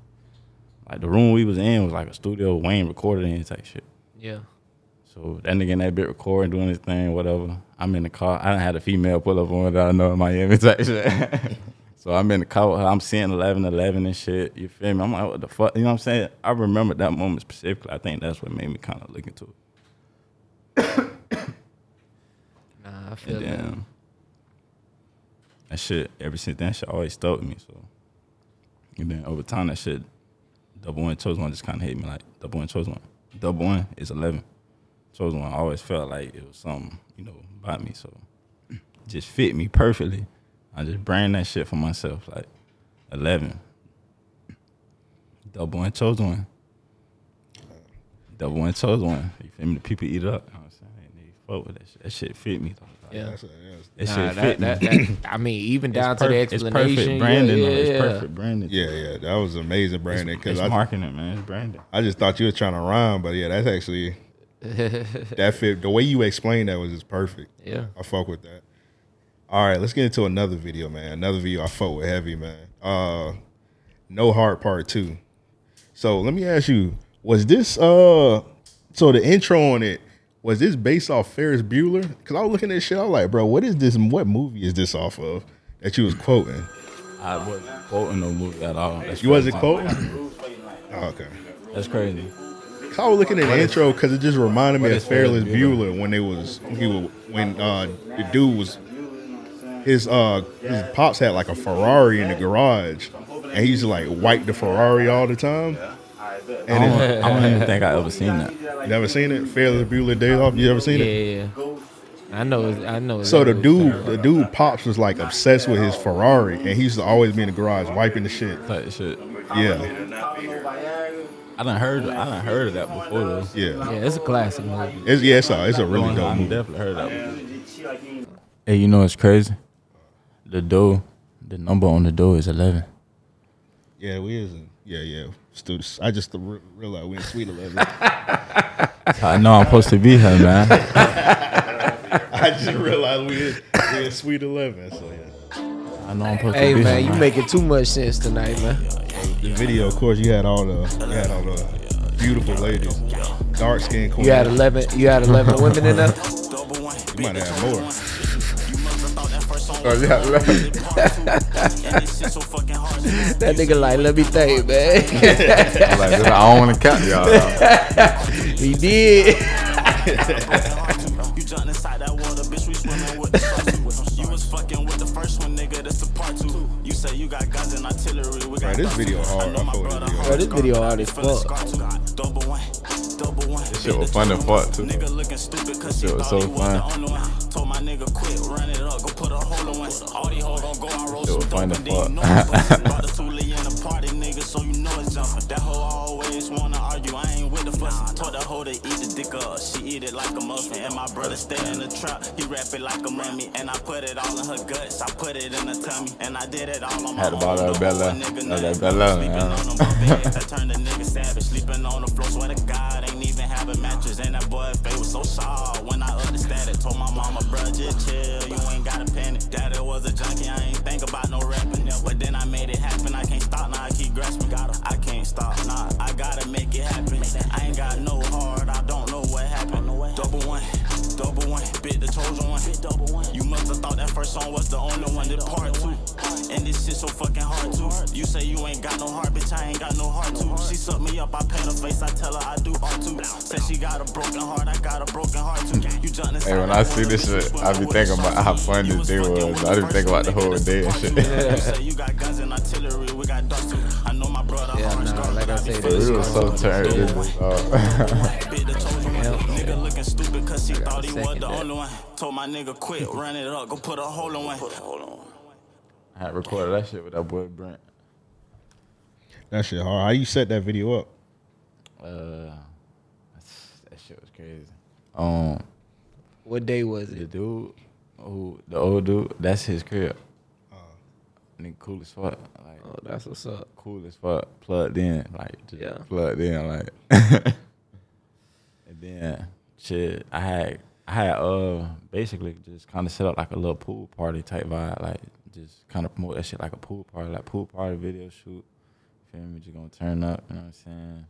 Speaker 2: Like the room we was in was like a studio Wayne recorded in type shit.
Speaker 3: Yeah.
Speaker 2: So that nigga in that bit recording, doing his thing, whatever. I'm in the car. I done had a female pull up on that I know in Miami type shit. So I'm in the car. with her, I'm seeing 11, 11 and shit. You feel me? I'm like, what the fuck? You know what I'm saying? I remember that moment specifically. I think that's what made me kind of look into it.
Speaker 3: Nah, I feel
Speaker 2: And
Speaker 3: that.
Speaker 2: then that shit, ever since then, that shit always stuck with me. So, and then over time, that shit, double one, chose one just kind of hit me like double one, chose one. Double one is 11. Chose one, I always felt like it was something, you know, about me. So, just fit me perfectly. I just brand that shit for myself. Like, 11. Double one, chose one. Double one, chose one. You feel me? The people eat it up. You know what I'm saying? They fuck with that shit. That shit fit me. Like,
Speaker 3: Yeah.
Speaker 1: That's, that's,
Speaker 2: that
Speaker 3: Nah,
Speaker 2: shit
Speaker 3: that,
Speaker 2: fit
Speaker 3: that,
Speaker 2: me.
Speaker 3: that, I mean, even down to the
Speaker 2: perfect- It's perfect
Speaker 3: explanation.
Speaker 2: branding.
Speaker 3: Yeah,
Speaker 2: though.
Speaker 3: yeah,
Speaker 2: It's
Speaker 3: yeah.
Speaker 2: perfect branding.
Speaker 1: yeah, yeah. That was amazing, Brandon.
Speaker 2: It's
Speaker 1: Because I,
Speaker 2: marketing, man. It's branding.
Speaker 1: I just thought you were trying to rhyme, but yeah, that's actually that fit. The way you explained that was just perfect.
Speaker 3: Yeah.
Speaker 1: I fuck with that. All right, let's get into another video, man. Another video I fuck with heavy, man. Uh, no heart part two. So let me ask you: Was this uh? So the intro on it was this based off Ferris Bueller? Because I was looking at this shit, I was like, bro, what is this? What movie is this off of that you was quoting?
Speaker 2: I wasn't quoting no movie at all. That's
Speaker 1: You wasn't
Speaker 2: crazy.
Speaker 1: quoting? Oh, okay.
Speaker 2: That's crazy.
Speaker 1: Cause I was looking at the intro because it just reminded me of
Speaker 2: is Ferris
Speaker 1: Fearless Bueller when they was when he was when uh the dude was his uh his pops had like a Ferrari in the garage and he used to like wipe the Ferrari all the time.
Speaker 2: I
Speaker 1: And
Speaker 2: don't,
Speaker 1: it,
Speaker 2: I don't even think I ever seen that.
Speaker 1: never seen it. Fearless Bueller Days Off. You ever seen
Speaker 3: Yeah,
Speaker 1: it?
Speaker 3: yeah. I know. I know.
Speaker 1: So the
Speaker 3: that was
Speaker 1: dude, the dude pops was like obsessed with his Ferrari and he used to always be in the garage wiping the shit.
Speaker 2: Type of shit.
Speaker 1: Yeah,
Speaker 2: I done heard. I done heard of that before though.
Speaker 1: yeah.
Speaker 3: Yeah, it's a classic movie.
Speaker 1: It's yeah, it's a, it's a really
Speaker 2: I
Speaker 1: dope
Speaker 2: done
Speaker 1: movie.
Speaker 2: definitely heard of that. Before. Hey, you know what's crazy? The door, the number on the door is eleven.
Speaker 1: Yeah, we isn't. Yeah, yeah. Students, I just re- realized we in Sweet Eleven.
Speaker 2: I know I'm supposed to be here, man.
Speaker 1: I just realized we in, we in Sweet Eleven. So yeah.
Speaker 2: I know I'm supposed
Speaker 3: Hey
Speaker 2: to be
Speaker 3: man,
Speaker 2: here.
Speaker 3: you making too much sense tonight, man.
Speaker 1: The video, of course, you had all the you had all the beautiful ladies, dark skinned queen.
Speaker 3: You had eleven. You had eleven women in there.
Speaker 1: You might have more.
Speaker 3: Oh, yeah, right. that nigga like, let me think, man.
Speaker 5: Like, I don't want to count y'all. out.
Speaker 3: he did.
Speaker 6: You jumped inside that water, bitch. We swimming with the sharks. You was fucking with the first one, nigga. That's the part two. You say you got guns and artillery. We
Speaker 1: Bro,
Speaker 6: got
Speaker 1: this video hard. I fuck with this video.
Speaker 3: Bro, this video hard as fuck.
Speaker 6: scars. We got double one, double one.
Speaker 5: This shit was fun as fuck, too.
Speaker 6: Nigga looking stupid cause he
Speaker 5: shit was
Speaker 6: thought he
Speaker 5: so
Speaker 6: was
Speaker 5: fun.
Speaker 6: the only one. Told my nigga quit, run it up, go put a hole in one. All these hoes gon' go out roll
Speaker 5: Shit
Speaker 6: some
Speaker 5: was fun
Speaker 6: dope
Speaker 5: as
Speaker 6: and then you know
Speaker 5: fuck.
Speaker 6: it's bustin'. Bought the Thule in the party, nigga, so you know it's jumping. That hoe always wanna argue, I ain't with the fuss. Told that hoe to eat the dick up, she eat it like a muffin. And my brother stay in the trap, he rap it like a mummy. And I put it all in her guts, I put it in her tummy. And I did it all on my
Speaker 5: Had to buy that
Speaker 6: own.
Speaker 5: Bella.
Speaker 6: Nigga,
Speaker 5: That- that
Speaker 6: nigga,
Speaker 5: Bella,
Speaker 6: sleeping
Speaker 5: yeah.
Speaker 6: on them bed. That turned a nigga savage, sleeping on the floor. Swear to God, ain't even having mattress. And that boy face was so soft when I up the static. Told my mama, bruh, just chill, you ain't gotta panic. Daddy was a junkie, I ain't think about no rapping. Yeah, But then I made it happen, I can't stop now, I keep grasping. Gotta, I can't stop now, I gotta make it happen. I ain't got no heart, I don't know what happened. Double one, double one, bit the chosen one. You must have thought that first song was the only one, that part two. And this shit so fucking hard too. You say you ain't got no heart, bitch, I ain't got no heart too. She suck me up, I pat her face, I tell her I do art too. Said she got a broken heart, I got a broken heart too. You jumped inside
Speaker 5: Hey, when
Speaker 6: that
Speaker 5: I see
Speaker 6: water,
Speaker 5: this
Speaker 6: bitch, you
Speaker 5: shit,
Speaker 6: swimming
Speaker 5: I be
Speaker 6: with
Speaker 5: thinking
Speaker 6: the
Speaker 5: about
Speaker 6: sharks.
Speaker 5: how fun
Speaker 6: You
Speaker 5: this
Speaker 6: was
Speaker 5: day
Speaker 6: fucking
Speaker 5: was.
Speaker 6: with
Speaker 5: I didn't
Speaker 6: first
Speaker 5: think about the
Speaker 6: nigga,
Speaker 5: whole
Speaker 6: that's
Speaker 5: day and
Speaker 6: part
Speaker 5: shit.
Speaker 6: two. You say you got guns and artillery, we got darts too. I know my brother
Speaker 3: Yeah,
Speaker 6: hard
Speaker 3: nah,
Speaker 6: scars,
Speaker 3: like
Speaker 6: but
Speaker 3: I
Speaker 6: be
Speaker 3: said,
Speaker 6: feeling
Speaker 5: We was so turned. This was, uh,
Speaker 6: Bitch, they told you one nigga looking stupid cause he thought he was
Speaker 3: second
Speaker 6: the
Speaker 3: that.
Speaker 6: only one. Told my nigga quit, run it up, go put a hole in one.
Speaker 2: I had recorded that shit with that boy Brent.
Speaker 1: That shit hard. How you set that video up?
Speaker 2: Uh, that shit was crazy. Um,
Speaker 3: What day was it?
Speaker 2: the dude who the old dude, that's his crib. Nigga, cool as fuck. Like
Speaker 3: Oh, that's what's up.
Speaker 2: cool as fuck. Plugged in, like just
Speaker 3: Yeah.
Speaker 2: plugged in, like. and then shit, I had I had uh basically just kind of set up like a little pool party type vibe, like just kind of promote that shit like a pool party, like pool party video shoot. Feel me? Just gonna turn up. You know what I'm saying?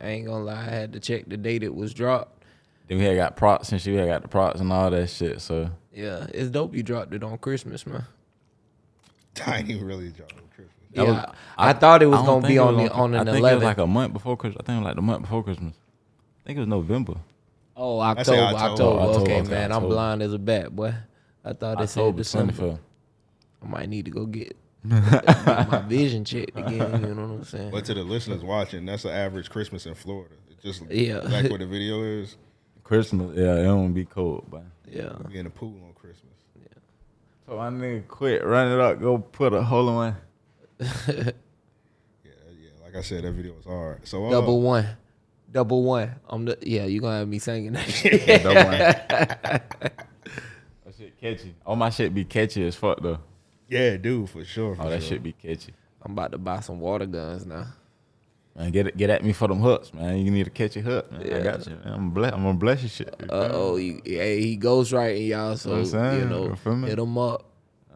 Speaker 3: I ain't gonna lie, I had to check the date it was dropped.
Speaker 2: Then we had got props and she had got the props and all that shit. So
Speaker 3: Yeah, it's dope you dropped it on Christmas, man.
Speaker 1: I ain't even really dropped on Christmas.
Speaker 3: Yeah,
Speaker 2: was-
Speaker 3: I, thought it was
Speaker 2: don't
Speaker 3: gonna
Speaker 2: think
Speaker 3: be
Speaker 2: it
Speaker 3: on
Speaker 2: was
Speaker 3: the on
Speaker 2: I
Speaker 3: an
Speaker 2: think it was
Speaker 3: eleventh.
Speaker 2: like a month before Christmas. I think it was like the month before Christmas. I think it was November.
Speaker 3: oh,
Speaker 1: say
Speaker 3: October, October,
Speaker 1: October.
Speaker 2: October,
Speaker 3: Okay,
Speaker 2: okay,
Speaker 3: man, I'm
Speaker 2: October.
Speaker 3: blind as a bat, boy. I thought it said
Speaker 2: October
Speaker 3: December.
Speaker 2: 25th.
Speaker 3: I might need to go get my vision checked again. You know what I'm saying?
Speaker 1: But to the listeners watching, that's the average Christmas in Florida. It's just
Speaker 3: Yeah.
Speaker 1: like what the video is.
Speaker 2: Christmas, yeah, it don't be cold, but.
Speaker 3: yeah.
Speaker 1: Be in the pool on Christmas.
Speaker 2: So my nigga quit, run it up, go put a hole in one.
Speaker 1: Yeah, yeah. Like I said, that video was hard. So uh,
Speaker 3: Double one. Double one. I'm the yeah, you gonna have me singing that shit.
Speaker 2: Double one. that shit catchy. All my shit be catchy as fuck though.
Speaker 1: yeah, dude, for sure. For
Speaker 2: Oh, that
Speaker 1: sure.
Speaker 2: shit be catchy.
Speaker 3: I'm about to buy some water guns now.
Speaker 2: Man, get it, get at me for them hooks, man. You need to catch a hook, man. I got you. Man. I'm bless, I'm gonna bless your shit.
Speaker 3: Uh oh, you- hey, he goes right in y'all, so
Speaker 2: I'm saying,
Speaker 3: you
Speaker 2: you
Speaker 3: know,
Speaker 2: feel me?
Speaker 3: hit him up.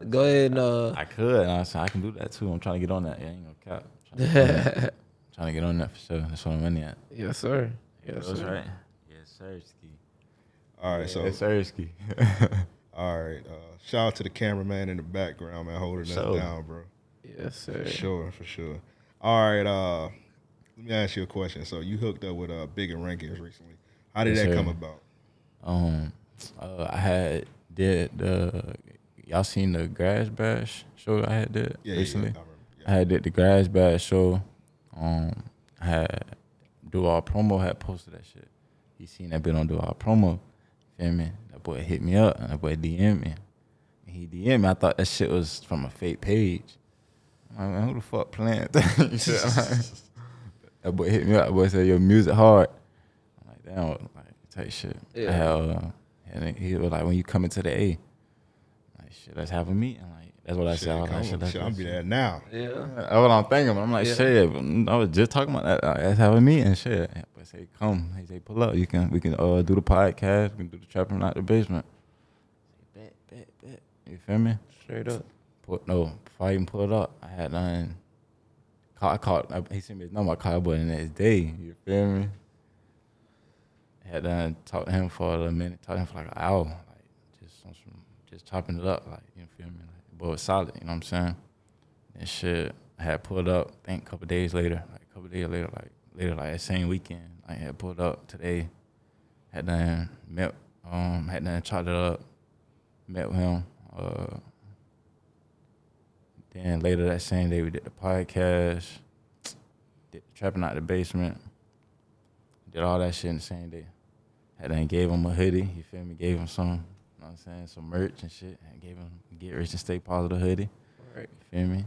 Speaker 3: Go ahead and uh
Speaker 2: I could. And I said I can do that too. I'm trying to get on that. Yeah, ain't no cap. Trying to, get on that. Trying to get on that for sure. That's what I'm in at.
Speaker 3: yes sir. Yes
Speaker 2: That's
Speaker 3: sir.
Speaker 2: right. Yes, sir.
Speaker 1: All right, so
Speaker 2: Yes, sir. Ski.
Speaker 1: all right. Uh, shout out to the cameraman in the background, man, holding us
Speaker 2: sure.
Speaker 1: down, bro.
Speaker 3: Yes sir.
Speaker 1: For sure, for sure. All right, uh, let me ask you a question. So you hooked up with uh, Big and Rankings recently. How did
Speaker 2: Yes,
Speaker 1: that
Speaker 2: sir.
Speaker 1: come about?
Speaker 2: Um, uh, I had did the y'all seen the Grass Bash show I had did
Speaker 1: Yeah, yeah, yeah,
Speaker 2: recently.
Speaker 1: I remember.
Speaker 2: I had did the Grass Bash show. Um, I had do our promo had posted that shit. He seen that bit on do our promo. Feel me? That boy hit me up and that boy DM me. And he DM me. I thought that shit was from a fake page. I'm like, man, who the fuck playing? that boy hit me up. That boy said, "Your music hard." I'm like, damn, like type shit.
Speaker 3: Yeah.
Speaker 2: I had, uh, and then he was like, "When you coming to the A?" I'm Like, shit, let's have a meeting. Like, that's what I
Speaker 1: Shit,
Speaker 2: said. I was like,
Speaker 1: come
Speaker 2: shit,
Speaker 1: on,
Speaker 2: let's-
Speaker 1: shit, I'm be there now.
Speaker 3: Yeah.
Speaker 2: that's what I'm thinking. but I'm like,
Speaker 3: Yeah.
Speaker 2: shit. I was just talking about that. Like, Let's have a meeting. Shit. But say, come. He say, pull up. You can. We can uh do the podcast. We can do the trapping out the basement. Bet, bet, bet. You feel me?
Speaker 3: Straight up.
Speaker 2: Put no. Before I even pulled up, I had done. ca- I called. I, he sent me his number. I called, but the next day, you feel me? Had done talked to him for a minute. Talked to him for like an hour. Like just on some, just chopping it up. Like you feel me? Like, boy, was solid. You know what I'm saying? and shit. I had pulled up, I think a couple days later, like a couple days later, like later, like that same weekend, I had pulled up today, had done met, um, had done chopped it up, met with him. Uh, then later that same day, we did the podcast, did the trapping out the basement, did all that shit in the same day. Had done gave him a hoodie, you feel me? Gave him some, you know what I'm saying, some merch and shit. I gave him get rich and stay positive hoodie.
Speaker 3: Right.
Speaker 2: You feel me?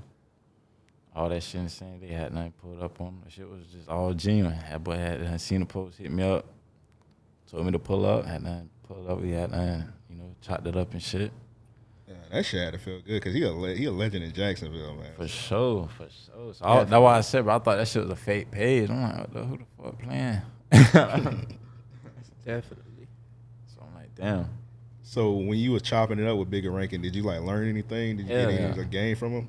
Speaker 2: All that shit insane. They had nothing pulled up on them. That shit was just all genuine. That boy had, had seen the post, hit me up, told me to pull up, had nothing pulled up. We had nothing, you know, chopped it up and shit.
Speaker 1: Yeah, that shit had to feel good because he a le- he a legend in Jacksonville, man.
Speaker 2: For sure, for sure. So I, that's why I said, bro, I thought that shit was a fake page. I'm like, what the, who the fuck playing?
Speaker 3: Definitely.
Speaker 2: so I'm like, damn.
Speaker 1: So when you was chopping it up with Bigger Rankin, did you like learn anything? Did you
Speaker 2: Hell
Speaker 1: get any
Speaker 2: yeah.
Speaker 1: a game from him?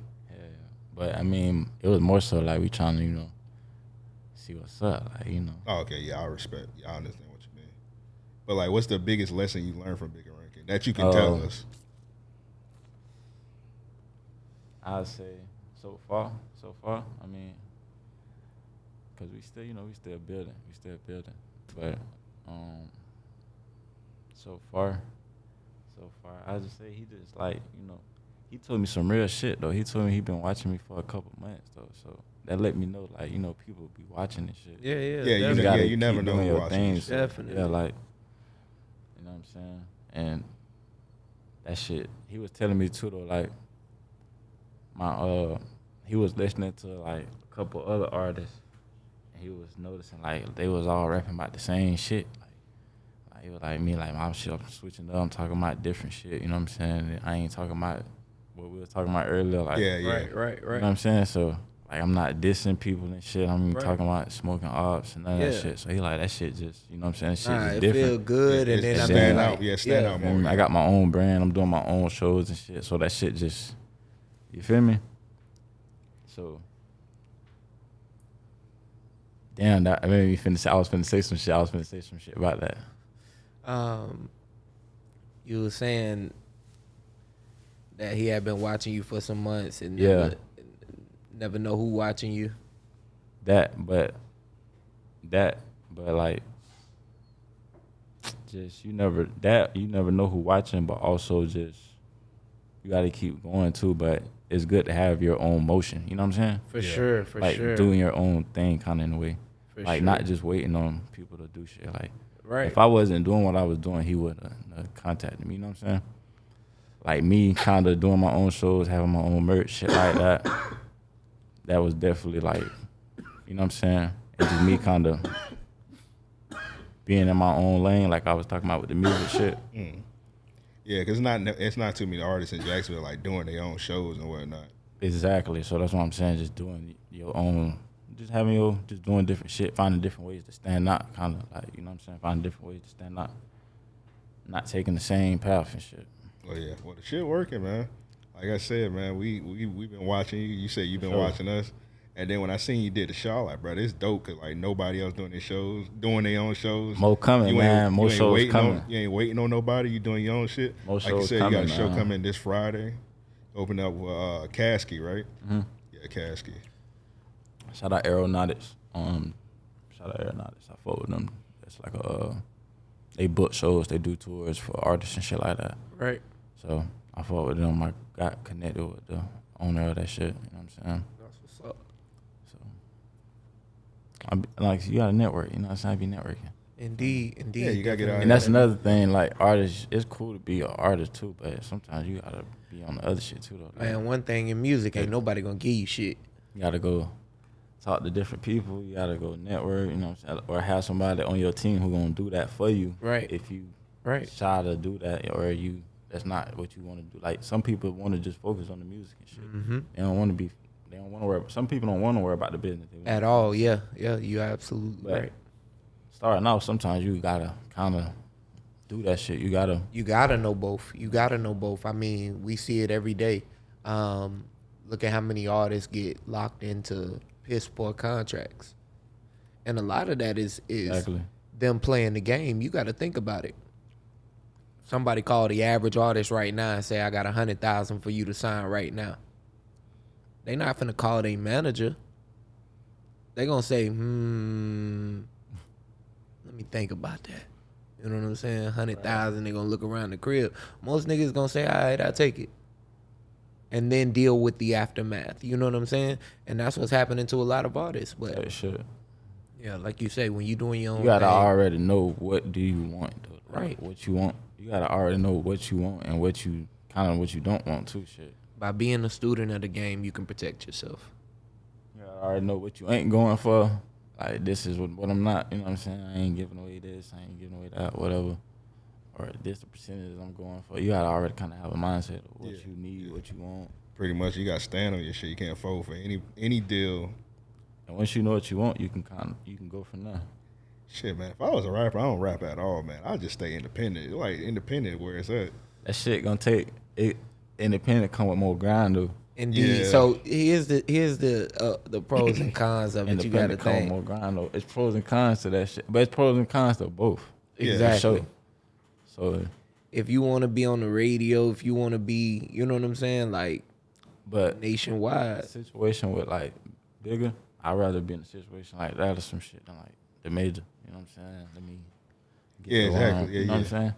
Speaker 2: But I mean, it was more so like we trying to, you know, see what's up. Like, you know.
Speaker 1: Oh, okay, yeah, I respect. Yeah, I understand what you mean. But like, what's the biggest lesson you learned from Bigger Rankin that you can tell
Speaker 2: Oh.
Speaker 1: us?
Speaker 2: I'd say so far, so far. I mean, cause we still, you know, we still building, we still building. But um, so far, so far, I just say he just like, you know, he told me some real shit though. He told me he been watching me for a couple months though, so that let me know like, you know, people be watching this shit.
Speaker 3: Yeah, yeah.
Speaker 1: Yeah, you
Speaker 2: You
Speaker 1: know,
Speaker 2: gotta
Speaker 1: yeah, you never
Speaker 2: keep
Speaker 1: know
Speaker 2: doing
Speaker 1: who
Speaker 2: your
Speaker 1: watching
Speaker 2: thing,
Speaker 1: this
Speaker 2: so,
Speaker 3: Definitely.
Speaker 2: Yeah, like you know what I'm saying? And that shit he was telling me too though, like my uh he was listening to like a couple other artists and he was noticing like they was all rapping about the same shit. Like, like it was like me, like my shit I'm switching up, I'm talking about different shit, you know what I'm saying? I ain't talking about what we was talking about earlier, like
Speaker 1: yeah, yeah.
Speaker 3: Right, right,
Speaker 2: you know what
Speaker 3: right.
Speaker 2: I'm saying? So like I'm not dissing people and shit. I'm even
Speaker 3: Right.
Speaker 2: talking about smoking ops and none of
Speaker 3: Yeah.
Speaker 2: that shit. So he like that shit just you know what I'm saying? That shit
Speaker 3: Nah,
Speaker 2: just
Speaker 3: it feel
Speaker 2: different.
Speaker 3: good and
Speaker 1: It's-
Speaker 3: then
Speaker 1: it's
Speaker 3: I
Speaker 1: stand
Speaker 3: mean,
Speaker 1: out,
Speaker 3: like,
Speaker 1: yeah, stand out
Speaker 2: Feel me? I got my own brand. I'm doing my own shows and shit. So that shit just you feel me? So damn that I mean you finna say I was finna say some shit. I was finna say some shit about that.
Speaker 3: um, you were saying that he had been watching you for some months and
Speaker 2: Yeah.
Speaker 3: never, never know who watching you.
Speaker 2: that but that but like just you never that you never know who watching but also just you got to keep going too but it's good to have your own motion you know what i'm saying
Speaker 3: For sure, for
Speaker 2: like
Speaker 3: sure.
Speaker 2: doing your own thing kind of in a way
Speaker 3: For
Speaker 2: like
Speaker 3: sure.
Speaker 2: not just waiting on people to do shit like
Speaker 3: Right.
Speaker 2: if i wasn't doing what i was doing he would uh, uh, contact me you know what i'm saying like me kind of doing my own shows having my own merch shit like that that was definitely like, you know what I'm saying? It's just me kind of being in my own lane, like I was talking about with the music shit.
Speaker 1: Yeah, because not it's not too many artists in Jacksonville like doing their own shows and whatnot.
Speaker 2: Exactly. So that's what I'm saying. Just doing your own, just having your, just doing different shit, finding different ways to stand out, kind of like, you know what I'm saying? Finding different ways to stand out, not taking the same path and shit.
Speaker 1: Oh yeah, well the shit working, man. Like I said, man, we we we been watching you. You said you've been watching us, and then when I seen you did the show, like, bro, this dope. Cause like nobody else doing their shows, doing their own shows.
Speaker 2: More coming,
Speaker 1: You ain't-
Speaker 2: man.
Speaker 1: you
Speaker 2: More
Speaker 1: ain't
Speaker 2: shows
Speaker 1: waiting
Speaker 2: coming.
Speaker 1: On, you ain't waiting on nobody. You doing your own shit.
Speaker 2: More
Speaker 1: like you
Speaker 2: shows
Speaker 1: said, you got a
Speaker 2: coming,
Speaker 1: show
Speaker 2: man.
Speaker 1: coming this Friday. Open up with uh, Caskey, right?
Speaker 2: Mm-hmm.
Speaker 1: Yeah, Caskey.
Speaker 2: Shout out Aeronautics. Um, shout out Aeronautics. I fuck with them. It's like a, uh, they book shows, they do tours for artists and shit like that.
Speaker 3: right.
Speaker 2: So I fought with them. I got connected with the owner of that shit. You know what I'm saying?
Speaker 3: That's what's up.
Speaker 2: So I be, like you got to network. You know what I'm saying? I be networking.
Speaker 3: Indeed, indeed.
Speaker 1: Yeah, you gotta get out
Speaker 2: And that's another thing. Like artists, it's cool to be an artist too, but sometimes you gotta be on the other shit too. Though. Like,
Speaker 3: Man, one thing in music, ain't nobody gonna give you shit.
Speaker 2: You gotta go talk to different people. You gotta go network. You know what I'm saying? Or have somebody on your team who gonna do that for you.
Speaker 3: Right.
Speaker 2: If you
Speaker 3: Right.
Speaker 2: shy to do that or you that's not what you want to do. Like some people want to just focus on the music and shit.
Speaker 3: Mm-hmm.
Speaker 2: They don't want to be. They don't want to worry. Some people don't want to worry about the business. They wanna-
Speaker 3: At all, yeah, yeah, you absolutely
Speaker 2: Right.
Speaker 3: right.
Speaker 2: Starting out, sometimes you gotta kind of do that shit. You gotta.
Speaker 3: you gotta know both. You gotta know both. I mean, we see it every day. Um, look at how many artists get locked into piss poor contracts, and a lot of that is is
Speaker 2: Exactly.
Speaker 3: them playing the game. You got to think about it. Somebody call the average artist right now and say, "I got a hundred thousand for you to sign right now." They not finna call their manager. They gonna say, "Hmm, let me think about that." You know what I'm saying? Hundred thousand. They gonna look around the crib. Most niggas gonna say, "All right, I take it," and then deal with the aftermath. You know what I'm saying? And that's what's happening to a lot of artists. But
Speaker 2: That shit.
Speaker 3: yeah, like you say, when you doing your own,
Speaker 2: You gotta
Speaker 3: thing,
Speaker 2: already know what do you want. Though, Like,
Speaker 3: Right.
Speaker 2: What you want. You gotta already know what you want and what you kind of what you don't want too. Shit.
Speaker 3: by being a student of the game, you can protect yourself.
Speaker 2: You gotta already know what you ain't going for. Like this is what, what I'm not. You know what I'm saying? I ain't giving away this. I ain't giving away that. Whatever. Or this the percentage I'm going for. You gotta already kind of have a mindset of what you need, what you want.
Speaker 1: Pretty much, you got to stand on your shit. You can't fold for any any deal.
Speaker 2: And once you know what you want, you can kind of you can go from there.
Speaker 1: Shit, man. If I was a rapper, I don't rap at all, man. I just stay independent. Like independent, where it's at.
Speaker 2: That shit gonna take it. Independent come with more grind though.
Speaker 3: Indeed.
Speaker 1: Yeah.
Speaker 3: So here's the here's the uh, the pros and cons of it. You got to
Speaker 2: Independent come with
Speaker 3: think
Speaker 2: more grind though. It's pros and cons to that shit, but it's pros and cons to both.
Speaker 1: Yeah.
Speaker 2: For
Speaker 3: exactly.
Speaker 2: sure. So,
Speaker 3: If you want to be on the radio, if you want to be, you know what I'm saying, like
Speaker 2: but
Speaker 3: nationwide.
Speaker 2: situation with like bigger, I'd rather be in a situation like that or some shit than like the major. You know what I'm saying? Let me.
Speaker 1: Yeah,
Speaker 2: the
Speaker 1: exactly.
Speaker 2: line,
Speaker 1: Yeah,
Speaker 2: you know
Speaker 1: yeah.
Speaker 2: what I'm saying?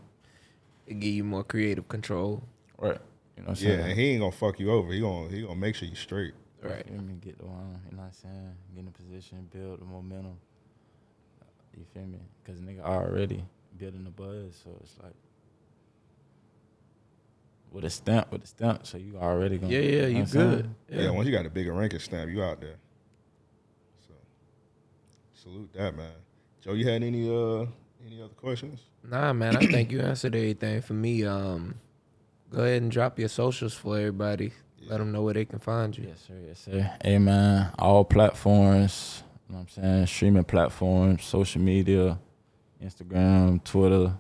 Speaker 3: It give you more creative control.
Speaker 2: Right. You know what I'm
Speaker 1: Yeah,
Speaker 2: saying?
Speaker 1: and he ain't gonna fuck you over. He gonna he gonna make sure you straight.
Speaker 3: Right.
Speaker 2: You feel me? Get the line. You know what I'm saying? Get in a position, build the momentum. You feel me? Because nigga already building the buzz, so it's like with a stamp, with a stamp, so you already gonna.
Speaker 3: Yeah, yeah,
Speaker 2: know
Speaker 3: you
Speaker 2: what I'm
Speaker 3: good.
Speaker 2: saying?
Speaker 1: Yeah. once you got a bigger ranking stamp, you out there. So salute that man. Joe, you had any uh any other questions?
Speaker 3: Nah, man, I think you answered everything for me. Um, go ahead and drop your socials for everybody. Let them know where they can find you.
Speaker 2: Yes, sir. Yes, sir. Hey, man. All platforms, you know what I'm saying? Streaming platforms, social media, Instagram, Twitter,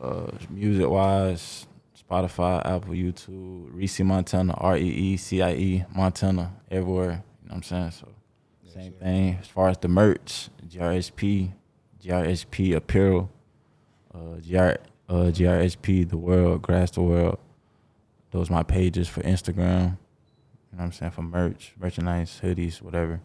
Speaker 2: uh, music wise, Spotify, Apple, YouTube, Reese Montana, R E E C I E Montana, everywhere. You know what I'm saying? So, same thing. As far as the merch, GRSP, GRSP Apparel, uh, GR, uh, GRSP The World, Grass the World. Those my pages for Instagram. You know what I'm saying? For merch, merchandise, hoodies, whatever.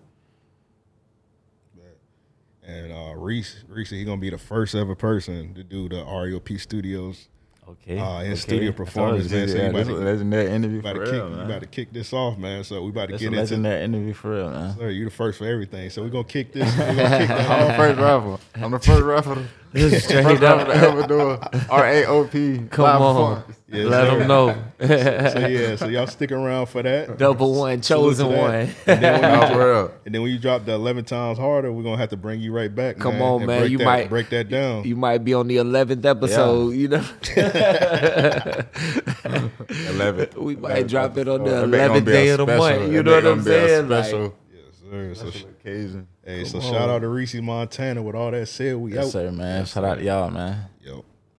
Speaker 1: And uh, Reese, Reese, he gonna be the first ever person to do the REOP Studios.
Speaker 2: Okay.
Speaker 1: Uh, in studio performance, man. So you about
Speaker 5: That's a
Speaker 1: to,
Speaker 5: legendary interview
Speaker 1: about
Speaker 5: for
Speaker 1: to
Speaker 5: real,
Speaker 1: kick, you
Speaker 5: man.
Speaker 1: about to kick this off, man. So we about to
Speaker 2: That's a
Speaker 1: get into.
Speaker 2: legendary interview for real, man.
Speaker 1: Sir, you the first for everything. So we gonna kick this. we gonna kick that
Speaker 5: I'm the first raffle. I'm the first raffle.
Speaker 3: Straight
Speaker 5: First raffle
Speaker 3: up.
Speaker 5: to ever do a RAOP.
Speaker 3: Come
Speaker 5: live
Speaker 3: on.
Speaker 5: performance.
Speaker 1: Yeah,
Speaker 3: Let
Speaker 1: sir.
Speaker 3: them know.
Speaker 1: So yeah, so y'all stick around for that.
Speaker 3: Double one,
Speaker 1: Salute to
Speaker 3: chosen
Speaker 1: that.
Speaker 3: one.
Speaker 1: And then, when you,
Speaker 5: Nah, for real.
Speaker 1: and then when you drop the eleven times harder, we're gonna have to bring you right back.
Speaker 3: Come
Speaker 1: man,
Speaker 3: on,
Speaker 1: and
Speaker 3: man.
Speaker 1: break
Speaker 3: You
Speaker 1: that,
Speaker 3: might-
Speaker 1: break that down.
Speaker 3: You might be on the eleventh episode. You know,
Speaker 5: 11.
Speaker 3: we might drop it on the
Speaker 5: Oh, It may gonna
Speaker 3: eleventh
Speaker 5: be a
Speaker 3: day of the
Speaker 5: special.
Speaker 3: month. You
Speaker 5: It
Speaker 3: know
Speaker 5: may
Speaker 3: what
Speaker 5: gonna
Speaker 3: I'm
Speaker 5: be a
Speaker 3: saying? Like,
Speaker 5: Special
Speaker 1: yes, sir. So, sh-
Speaker 5: occasion.
Speaker 1: hey, so shout out to Reese Montana with all that said. We
Speaker 2: Yes,
Speaker 1: out.
Speaker 2: sir, man. Shout out to y'all, man.
Speaker 1: Yo.